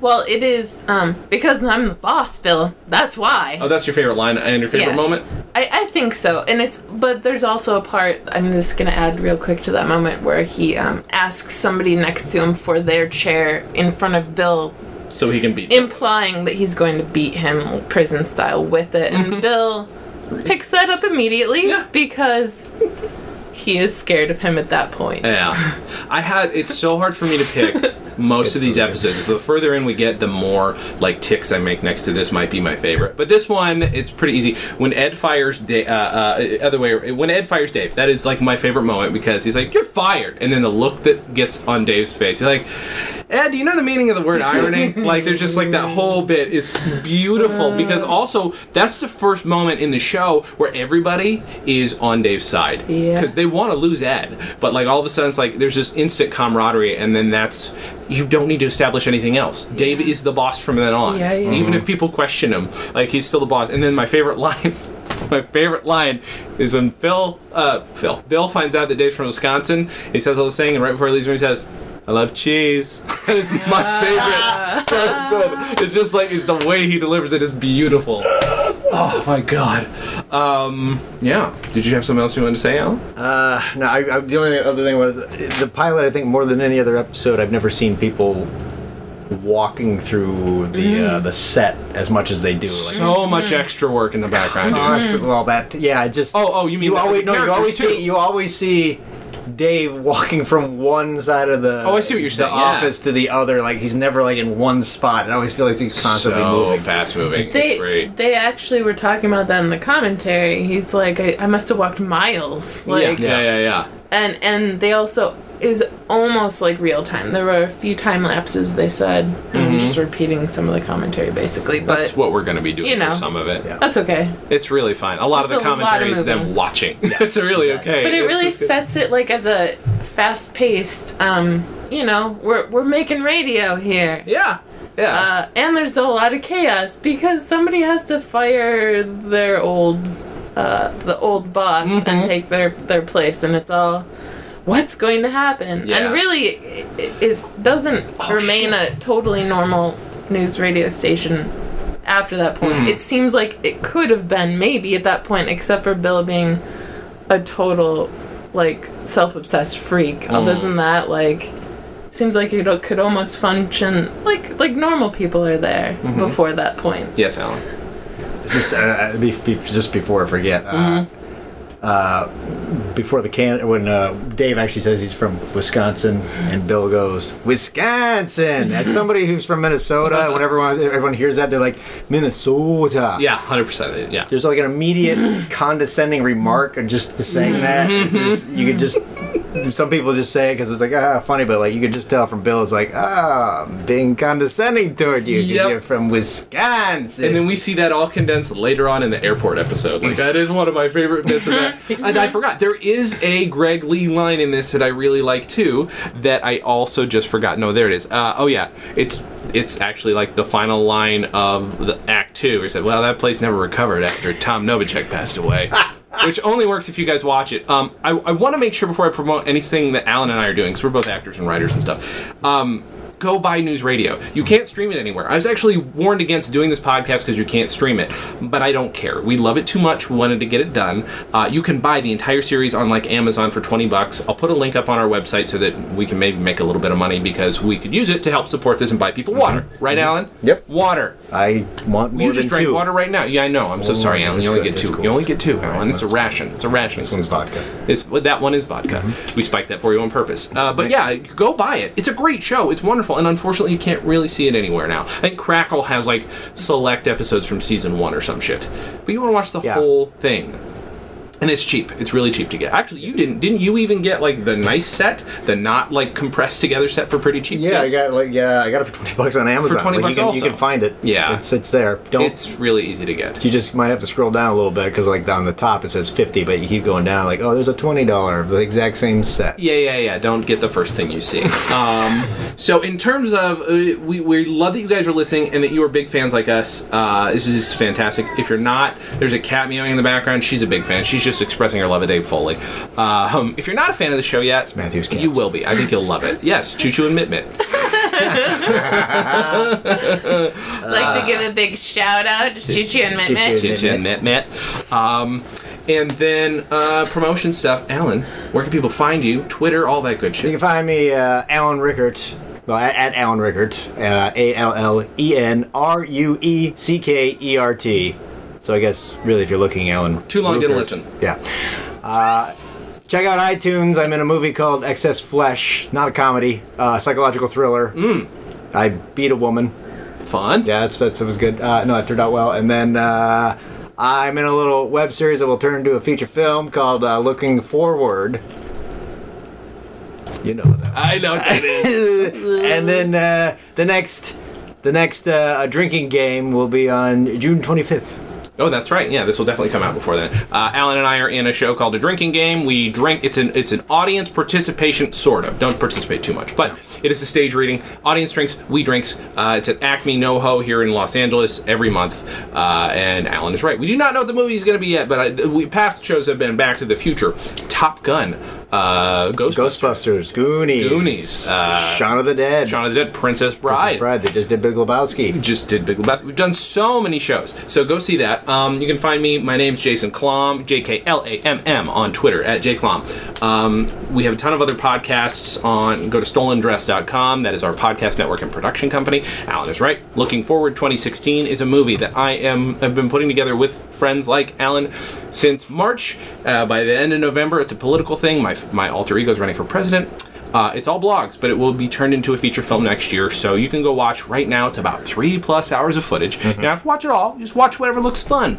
[SPEAKER 4] Well, it is um because I'm the boss, Bill. That's why.
[SPEAKER 1] Oh, that's your favorite line and your favorite
[SPEAKER 4] Yeah.
[SPEAKER 1] moment.
[SPEAKER 4] I, I think so, and it's but there's also a part I'm just gonna add real quick to that moment where he um, asks somebody next to him for their chair in front of Bill,
[SPEAKER 1] So he can beat.
[SPEAKER 4] implying that he's going to beat him like, prison style with it, and Bill picks that up immediately
[SPEAKER 1] Mm-hmm. Yeah.
[SPEAKER 4] because he is scared of him at that point.
[SPEAKER 1] yeah, I had. It's so hard for me to pick most of these episodes. So the further in we get, the more like ticks I make next to this might be my favorite. But this one, it's pretty easy. When Ed fires Dave, uh, uh, other way. When Ed fires Dave, that is like my favorite moment because he's like, "You're fired," and then the look that gets on Dave's face, he's like. Ed, do you know the meaning of the word irony? like, there's just like that whole bit is beautiful because also that's the first moment in the show where everybody is on Dave's side
[SPEAKER 4] Yeah.
[SPEAKER 1] because they want to lose Ed, but like all of a sudden it's like there's this instant camaraderie, and then that's you don't need to establish anything else. Dave is the boss from then on,
[SPEAKER 4] Yeah, yeah.
[SPEAKER 1] even if people question him, like he's still the boss. And then my favorite line. My favorite line is when Phil, uh, Phil, Bill finds out that Dave's from Wisconsin. He says all this thing, and right before he leaves, he says, "I love cheese." that is my favorite. so good. It's just like it's the way he delivers it is beautiful. Oh my god. Um, yeah. Did you have something else you wanted to say, Alan?
[SPEAKER 2] Uh, No, I, I, the only other thing was the pilot. I think more than any other episode, I've never seen people walking through the uh, the set as much as they do. Like
[SPEAKER 1] Mm.
[SPEAKER 2] oh,
[SPEAKER 1] so much extra work in the background. dude.
[SPEAKER 2] honestly, well, that yeah, I just
[SPEAKER 1] Oh, oh, you mean
[SPEAKER 2] you
[SPEAKER 1] the-
[SPEAKER 2] always
[SPEAKER 1] the
[SPEAKER 2] no, you
[SPEAKER 1] characters,
[SPEAKER 2] always
[SPEAKER 1] too.
[SPEAKER 2] see you always see Dave walking from one side of the
[SPEAKER 1] Oh, I see what you're saying,
[SPEAKER 2] the
[SPEAKER 1] yeah.
[SPEAKER 2] office to the other. Like he's never like in one spot. It always feels like he's constantly
[SPEAKER 1] so
[SPEAKER 2] moving.
[SPEAKER 1] fast moving. it's
[SPEAKER 4] They,
[SPEAKER 1] great.
[SPEAKER 4] they actually were talking about that in the commentary. He's like, I, I must have walked miles. Like,
[SPEAKER 1] yeah, yeah, yeah, yeah.
[SPEAKER 4] and and they also it was almost like real time. There were a few time lapses they said. and I'm just repeating some of the commentary basically, but
[SPEAKER 1] Mm-hmm. That's what we're going to be doing
[SPEAKER 4] you know.
[SPEAKER 1] for some of it.
[SPEAKER 2] Yeah.
[SPEAKER 4] that's okay.
[SPEAKER 1] It's really fun. A lot of
[SPEAKER 4] Just
[SPEAKER 1] the
[SPEAKER 4] a lot of
[SPEAKER 1] commentary is them
[SPEAKER 4] moving.
[SPEAKER 1] watching. it's really okay.
[SPEAKER 4] But it
[SPEAKER 1] It's
[SPEAKER 4] really
[SPEAKER 1] just good.
[SPEAKER 4] sets it like as a fast paced. Um, you know, we're we're making radio here.
[SPEAKER 1] Yeah. Yeah.
[SPEAKER 4] Uh, and there's a lot of chaos because somebody has to fire their old, uh, the old boss and
[SPEAKER 1] Mm-hmm.
[SPEAKER 4] take their their place, and it's all, what's going to happen?
[SPEAKER 1] Yeah.
[SPEAKER 4] And really, it, it doesn't remain a totally normal news radio station after that point. It seems like it could have been maybe at that point, except for Bill being a total like self-obsessed freak. Other than that, like seems like it o- could almost function like like normal people are there before that point.
[SPEAKER 1] yes, Alan.
[SPEAKER 2] It's just uh, be, be, just before I forget. Uh,
[SPEAKER 1] Mm-hmm.
[SPEAKER 2] uh, before the can when uh, Dave actually says he's from Wisconsin and Bill goes Wisconsin as somebody who's from Minnesota when everyone everyone hears that they're like Minnesota
[SPEAKER 1] Yeah, Mm-hmm. hundred percent. Yeah. Mm-hmm.
[SPEAKER 2] there's like an immediate condescending remark of just the saying that It's just- you could just some people just say it because it's like ah funny, but like you could just tell from Bill, it's like ah being condescending toward you 'cause
[SPEAKER 1] Yep.
[SPEAKER 2] you're from Wisconsin.
[SPEAKER 1] And then we see that all condensed later on in the airport episode. Like that is one of my favorite bits of that. And I forgot there is a Greg Lee line in this that I really like too. That I also just forgot. No, there it is. Uh, oh yeah, it's it's actually like the final line of the Act Two. He said, "Well, that place never recovered after Tom Novacek passed away." Which only works if you guys watch it. Um, I, I want to make sure before I promote anything that Alan and I are doing, because we're both actors and writers and stuff. Um, go buy news radio. You can't stream it anywhere. I was actually warned against doing this podcast because you can't stream it, but I don't care. We love it too much. We wanted to get it done. Uh, you can buy the entire series on like Amazon for 20 bucks. I'll put a link up on our website so that we can maybe make a little bit of money because we could use it to help support this and buy people water. Right, Alan?
[SPEAKER 2] Yep.
[SPEAKER 1] Water.
[SPEAKER 2] I want more
[SPEAKER 1] you just
[SPEAKER 2] than
[SPEAKER 1] drank
[SPEAKER 2] two.
[SPEAKER 1] water right now. Yeah, I know. I'm so
[SPEAKER 2] Oh,
[SPEAKER 1] sorry, Alan.
[SPEAKER 2] that's
[SPEAKER 1] You only
[SPEAKER 2] good,
[SPEAKER 1] get
[SPEAKER 2] that's
[SPEAKER 1] two.
[SPEAKER 2] cool.
[SPEAKER 1] You only get two, Alan.
[SPEAKER 2] Alright,
[SPEAKER 1] it's a
[SPEAKER 2] that's
[SPEAKER 1] ration. It's a ration. This
[SPEAKER 2] one's vodka. Mm-hmm.
[SPEAKER 1] It's well, that one is vodka. We spiked that for you on purpose. Uh, but yeah, go buy it. It's a great show. It's wonderful, and unfortunately, you can't really see it anywhere now. I think Crackle has like select episodes from season one or some shit. But you want to watch the
[SPEAKER 2] Yeah.
[SPEAKER 1] whole thing. And it's cheap. It's really cheap to get. Actually, you didn't. Didn't you even get like the nice set, the not like compressed together set for pretty cheap?
[SPEAKER 2] Yeah,
[SPEAKER 1] too?
[SPEAKER 2] I got like yeah, I got it for twenty bucks on Amazon.
[SPEAKER 1] 20
[SPEAKER 2] Like,
[SPEAKER 1] bucks
[SPEAKER 2] you can,
[SPEAKER 1] also.
[SPEAKER 2] you can find it.
[SPEAKER 1] Yeah.
[SPEAKER 2] it's it's there. Don't.
[SPEAKER 1] It's really easy to get.
[SPEAKER 2] you just might have to scroll down a little bit because like down the top it says fifty, but you keep going down like oh there's a twenty dollar the exact same set.
[SPEAKER 1] Yeah, yeah, yeah. Don't get the first thing you see. Um, so, in terms of, uh, we, we love that you guys are listening and that you are big fans like us. Uh, this is fantastic. If you're not, there's a cat meowing in the background. She's a big fan. She's just expressing her love of Dave Foley. Uh, um, if you're not a fan of the show yet,
[SPEAKER 2] Matthew's cats.
[SPEAKER 1] you will be. I think you'll love it. Yes, Choo Choo and Mit Mit.
[SPEAKER 4] like to give a big shout out to Chichi and Mint Mint.
[SPEAKER 1] Choo Choo and Mit Mit. Um, and then uh, promotion stuff. Alan, where can people find you? Twitter, all that good
[SPEAKER 2] You
[SPEAKER 1] shit.
[SPEAKER 2] can find me uh, Alan Rickert. Well, at, at Alan Rickert, uh, A L L E N R U E C K E R T. So I guess really, if you're looking, Alan.
[SPEAKER 1] Too long, didn't
[SPEAKER 2] Rickert.
[SPEAKER 1] listen.
[SPEAKER 2] Yeah. Uh, check out iTunes. I'm in a movie called Excess Flesh. Not a comedy, uh, psychological thriller.
[SPEAKER 1] Mm.
[SPEAKER 2] I beat a woman.
[SPEAKER 1] Fun.
[SPEAKER 2] Yeah, that's that's it was good. Uh, no, it turned out well. And then uh, I'm in a little web series that will turn into a feature film called uh, Looking Forward. You know what that.
[SPEAKER 1] I know what that is.
[SPEAKER 2] was. and then uh, the next, the next uh, drinking game will be on June 25th.
[SPEAKER 1] Oh, that's right. Yeah, this will definitely come out before then. Uh, Alan and I are in a show called A Drinking Game. We drink. It's an it's an audience participation sort of. Don't participate too much, but it is a stage reading. Audience drinks, we drinks. Uh, it's at Acme NoHo here in Los Angeles every month. Uh, and Alan is right. We do not know what the movie is going to be yet, but I, we past shows have been Back to the Future, Top Gun, uh, Ghost,
[SPEAKER 2] Ghostbusters, Goonies,
[SPEAKER 1] Goonies, uh,
[SPEAKER 2] Shaun of the Dead,
[SPEAKER 1] Shaun of the Dead, Princess Bride.
[SPEAKER 2] Brad. They just did Big Lebowski.
[SPEAKER 1] just did Big Lebowski. We've done so many shows, so go see that. Um, you can find me. My name's Jason Klom, J K L A M M, on Twitter at jklom. Um, we have a ton of other podcasts on. Go to stolendress.com. That is our podcast network and production company. Alan is right. Looking forward, 2016 is a movie that I am have been putting together with friends like Alan since March. Uh, by the end of November, it's a political thing. My my alter ego is running for president. Uh, it's all blogs, but it will be turned into a feature film next year, so you can go watch right now. It's about three plus hours of footage. You
[SPEAKER 2] Mm-hmm.
[SPEAKER 1] don't have to watch it all. Just watch whatever looks fun.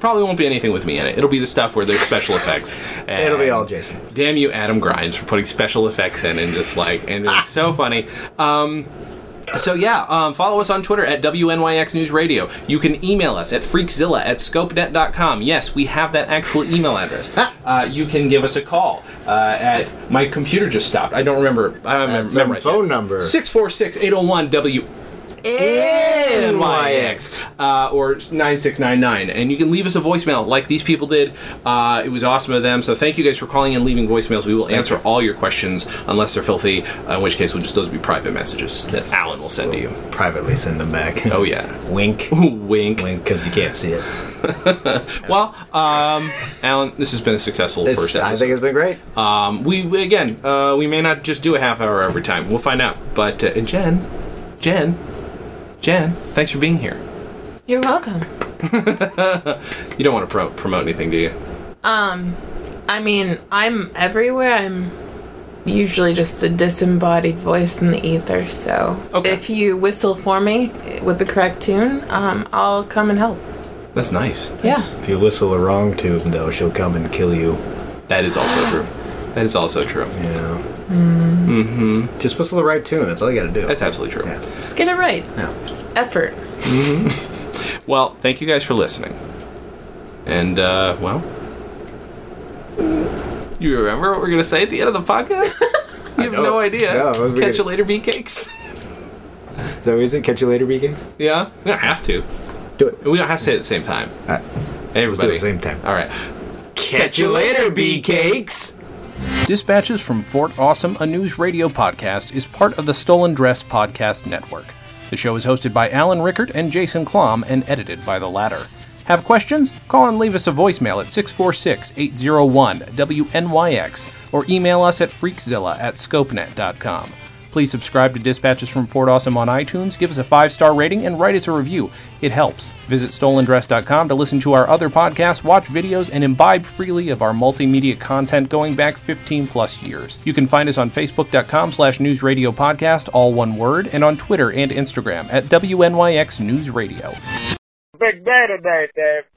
[SPEAKER 1] Probably won't be anything with me in it. It'll be the stuff where there's special effects. and-
[SPEAKER 2] It'll be all Jason.
[SPEAKER 1] Damn you, Adam Grimes, for putting special effects in and just like and it's so funny. Um, so yeah, um, follow us on Twitter at WNYX News Radio. You can email us at freakzilla at scopenet.com. Yes, we have that actual email address. uh, you can give us a call uh, at my computer just stopped. I don't remember. I don't
[SPEAKER 2] That's
[SPEAKER 1] remember.
[SPEAKER 2] a phone number.
[SPEAKER 1] 646 801 W NYX uh, or 9699. And you can leave us a voicemail like these people did. Uh, it was awesome of them. So thank you guys for calling and leaving voicemails. We will answer all your questions unless they're filthy, uh, in which case we'll just those will be private messages that Alan will send to you.
[SPEAKER 2] Privately send them back.
[SPEAKER 1] Oh, yeah.
[SPEAKER 2] Wink.
[SPEAKER 1] Wink.
[SPEAKER 2] Wink, because you can't see it.
[SPEAKER 1] Well, um, Alan, this has been a successful
[SPEAKER 2] It's-
[SPEAKER 1] first
[SPEAKER 2] I
[SPEAKER 1] episode.
[SPEAKER 2] think it's been great.
[SPEAKER 1] Um, we we- again, uh, we may not just do a half hour every time. We'll find out. But uh, and Jen, Jen, Jen, thanks for being here.
[SPEAKER 4] You're welcome.
[SPEAKER 1] You don't want to pro- promote anything, do you?
[SPEAKER 4] Um, I mean, I'm everywhere. I'm usually just a disembodied voice in the ether. So
[SPEAKER 1] Okay.
[SPEAKER 4] if you whistle for me with the correct tune, um, I'll come and help.
[SPEAKER 1] That's nice.
[SPEAKER 4] Yeah.
[SPEAKER 2] If you whistle a wrong tune, though, she'll come and kill you.
[SPEAKER 1] That is also true.
[SPEAKER 7] That is also true.
[SPEAKER 2] Yeah. Mm-hmm.
[SPEAKER 1] Mm-hmm.
[SPEAKER 2] Just whistle the right tune. That's all you got to do.
[SPEAKER 7] That's absolutely true.
[SPEAKER 2] Yeah.
[SPEAKER 4] Just get it right.
[SPEAKER 2] Yeah.
[SPEAKER 4] Effort.
[SPEAKER 7] Well, thank you guys for listening. And, uh, well. You remember what we're going to say at the end of the podcast? You have
[SPEAKER 2] don't.
[SPEAKER 7] no idea.
[SPEAKER 2] Yeah, that was
[SPEAKER 7] Catch you
[SPEAKER 2] weird.
[SPEAKER 7] later, bee cakes.
[SPEAKER 2] Is that what you said? Catch you later, BKs?
[SPEAKER 7] yeah? We don't have to.
[SPEAKER 2] Do it.
[SPEAKER 7] We don't have to say it at the same time.
[SPEAKER 2] All right.
[SPEAKER 7] Hey,
[SPEAKER 2] Let's do
[SPEAKER 7] everybody.
[SPEAKER 2] it at the same time.
[SPEAKER 7] All right. Catch you later, bee cakes.
[SPEAKER 1] Dispatches from Fort Awesome, a news radio podcast, is part of the Stolen Dress Podcast Network. The show is hosted by Alan Rickard and Jason Klom and edited by the latter. Have questions? Call and leave us a voicemail at 646 801 WNYX or email us at freakzilla at scopenet.com. Please subscribe to Dispatches from Fort Awesome on iTunes, give us a five star rating, and write us a review. It helps. Visit stolendress.com to listen to our other podcasts, watch videos, and imbibe freely of our multimedia content going back 15 plus years. You can find us on facebook.com slash news radio podcast, all one word, and on Twitter and Instagram at WNYX News Radio.
[SPEAKER 8] Big day today, Dave.